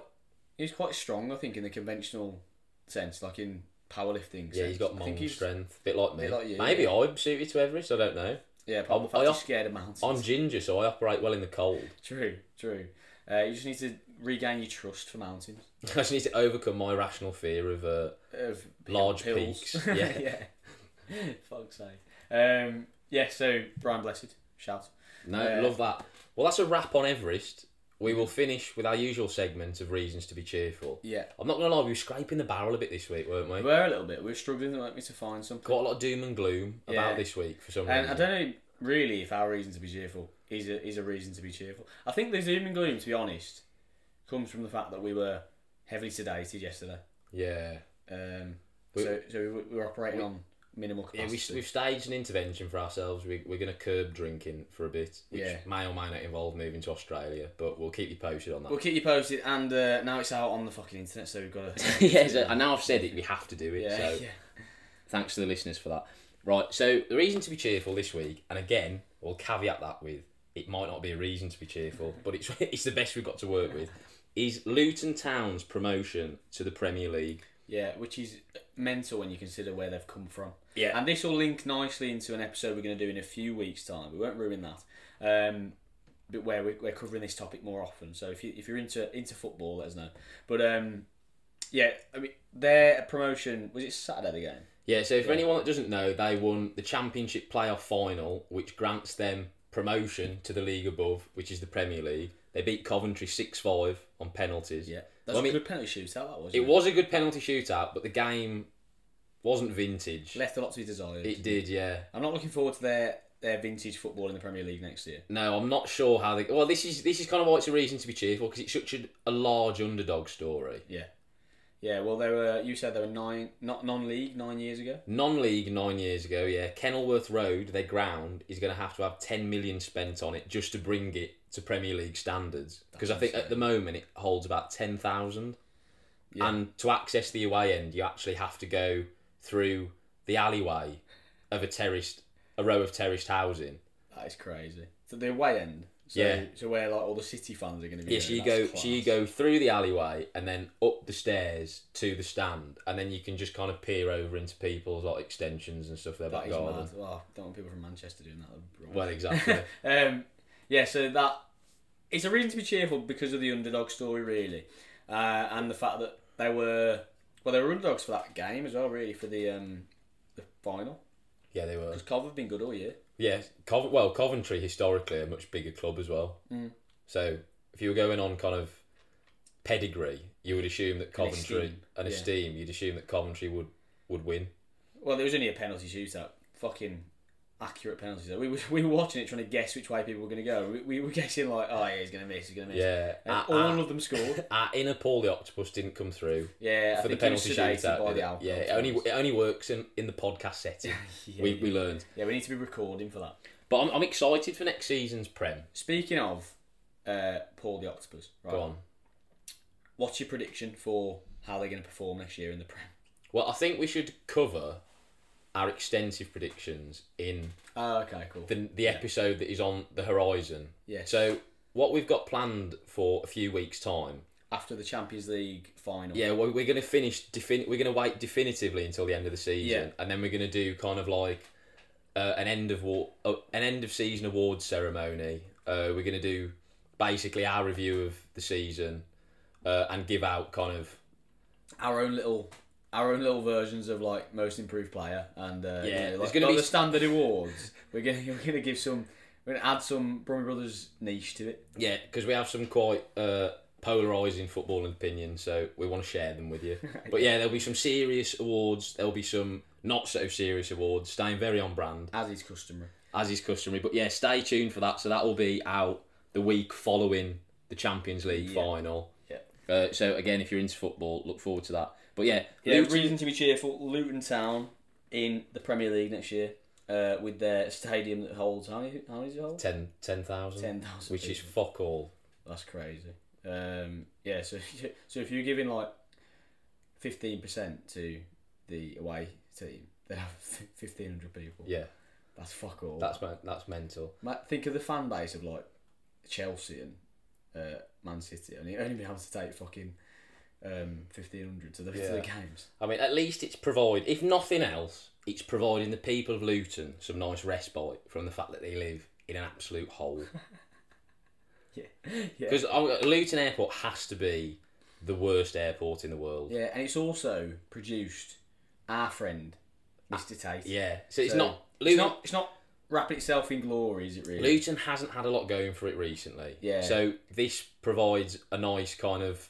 he's quite strong, I think, in the conventional sense, like in powerlifting.
Yeah,
sense.
he's got
I
mong
think he's-
strength. Bit like me.
bit like you,
Maybe
yeah.
I'm suited to Everest. I don't know.
Yeah,
I-
apart from the fact
I-
he's scared of mountains.
I'm ginger, so I operate well in the cold.
True, true. Uh, you just need to regain your trust for mountains.
I just need to overcome my rational fear of uh,
Of
large
hills.
peaks. Yeah.
yeah. Fuck's sake. Um, yeah, so Brian Blessed, shout.
No,
Yeah.
love that. Well, that's a wrap on Everest. We will finish with our usual segment of reasons to be cheerful.
Yeah.
I'm not gonna lie, we were scraping the barrel a bit this week, weren't we?
We were a little bit. We were struggling, weren't we, to find something.
Quite a lot of doom and gloom
Yeah.
about this week for some reason.
And I don't know really if our reason to be cheerful is a, is a reason to be cheerful. I think the doom and gloom, to be honest, comes from the fact that we were heavily sedated yesterday.
yeah.
Um,
We-
so so we, were- we were operating on minimal
Yeah, we,
capacity.
we've staged an intervention for ourselves. We, we're going to curb drinking for a bit, which
Yeah.
may or may not involve moving to Australia, but we'll keep you posted on that.
We'll keep you posted, and uh, now it's out on the fucking internet, so we've got to.
yeah, so, and now I've said it, we have to do it.
Yeah,
so
yeah.
thanks to the listeners for that. Right, so the reason to be cheerful this week, and again, we'll caveat that with it might not be a reason to be cheerful, but it's, it's the best we've got to work with, is Luton Town's promotion to the Premier League.
Yeah, which is mental when you consider where they've come from.
Yeah.
And this will link nicely into an episode we're going to do in a few weeks' time. We won't ruin that. Um, but where we're, we're covering this topic more often. So if, you, if you're into into football, let us know. But um, yeah, I mean, their promotion was it Saturday the game?
Yeah, so for anyone that doesn't know, they won the Championship playoff final, which grants them promotion to the league above, which is the Premier League. They beat Coventry 6 5 on penalties.
That's
I mean-
a good penalty shootout, that was.
It
wasn't
was a good penalty shootout, but the game wasn't vintage.
Left a lot to be desired.
It did, yeah.
I'm not looking forward to their, their vintage football in the Premier League next year.
No, I'm not sure how they. Well, this is this is kind of why it's a reason to be cheerful because it's such a, a large underdog story.
Yeah. Yeah, well, they were. You said they were nine, not non-league, nine years ago.
Non-league nine years ago, yeah. Kenilworth Road, their ground, is going to have to have ten million spent on it just to bring it to Premier League standards. Because I think at the moment it holds about ten thousand, and to access the away end, you actually have to go through the alleyway of a terraced, a row of terraced housing.
That is crazy. So the away end. So,
Yeah.
So where like all the city fans are going to be.
Yeah,
there,
so you
that's
go,
class.
so you go through the alleyway and then up the stairs to the stand, and then you can just kind of peer over into people's like extensions and stuff. Their
That
back
is
garden.
mad. Well, I don't want people from Manchester doing that. that'd be wrong.
Well, exactly.
Um, yeah. So that it's a reason to be cheerful because of the underdog story, really, uh, and the fact that they were Well, they were underdogs for that game as well, really, for the um, the final.
Yeah, they were.
Because Cov have been good all year.
Yeah, Cov- well, Coventry historically a much bigger club as well.
Mm.
So if you were going on kind of pedigree, you would assume that Coventry
esteem,
and
yeah.
esteem, you'd assume that Coventry would would win.
Well, there was only a penalty shootout. Fucking accurate penalties. though. We were, we were watching it trying to guess which way people were going to go. We, we were guessing, like, oh, yeah, he's going to miss, he's going to miss.
Yeah, Ah,
And
our,
all
our,
of them scored.
our inner Paul the Octopus didn't come through
Yeah, I
for the
think he was
penalty
sedated
shootout.
by
did
the
it?
alcohol.
yeah, it
to be
only
honest.
it only works in, in the podcast setting. we we learned,
Yeah, we need to be recording for that.
but I'm, I'm excited for next season's Prem.
Speaking of uh, Paul the Octopus, right?
Go on.
What's your prediction for how they're going to perform next year in the Prem?
Well, I think we should cover our extensive predictions in
Oh, okay, cool.
the, the episode that is on the horizon.
Yes.
So what we've got planned for a few weeks' time.
After the Champions League final.
Yeah, well, we're going to finish. Defin- we're going to wait definitively until the end of the season,
Yeah.
and then we're going to do kind of like uh, an end of war- uh, an end of season awards ceremony. Uh, we're going to do basically our review of the season uh, and give out kind of
Our own little. Our own little versions of like most improved player and uh,
Yeah,
you know,
there's
like,
gonna
like
be-
the standard awards. we're gonna we're gonna give some we're gonna add some Brummy Brothers niche to it.
yeah, because we have some quite uh, polarizing football opinions, so we want to share them with you. But yeah, there'll be some serious awards. There'll be some not so serious awards, staying very on brand.
as is customary.
as is customary. But yeah, stay tuned for that. So that will be out the week following the Champions League final.
Yeah.
Uh, so again, if you're into football, look forward to that. But yeah,
Yeah,
Luton-
reason to be cheerful. Luton Town in the Premier League next year uh, with their stadium that holds how many? How many does it hold?
10 10,000,
Ten thousand.
which is fuck all.
that's crazy. Um, yeah, so so if you're giving like fifteen percent to the away team, they have fifteen hundred people.
Yeah,
That's fuck all.
that's men- that's mental.
Ma- think of the fan base of like Chelsea and uh, Man City, and you only be able to take fucking um, fifteen hundred to the to the
Yeah.
games.
I mean, at least it's provide. If nothing else, it's providing the people of Luton some nice respite from the fact that they live in an absolute hole.
Yeah. Yeah.
Because oh, uh, Luton Airport has to be the worst airport in the world.
Yeah, and it's also produced our friend, Mr.
Ah,
Tate.
Yeah, so it's
So,
not
It's
Luton.
not it's not wrapping itself in glory, is it really?
Luton hasn't had a lot going for it recently.
Yeah.
So this provides a nice kind of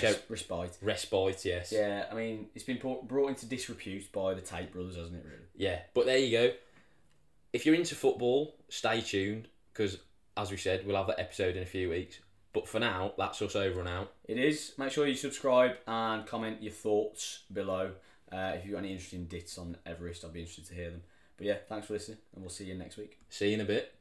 Res-
che-
respite.
respite, yes.
Yeah, I mean, it's been brought brought into disrepute by the Tate brothers, hasn't it, really?
Yeah. But there you go. If you're into football, stay tuned because, as we said, we'll have that episode in a few weeks. But for now, that's us over and out.
It is. Make sure you subscribe and comment your thoughts below. Uh, if you've got any interesting dits on Everest, I'd be interested to hear them. But yeah, thanks for listening, and we'll see you next week.
See you in a bit.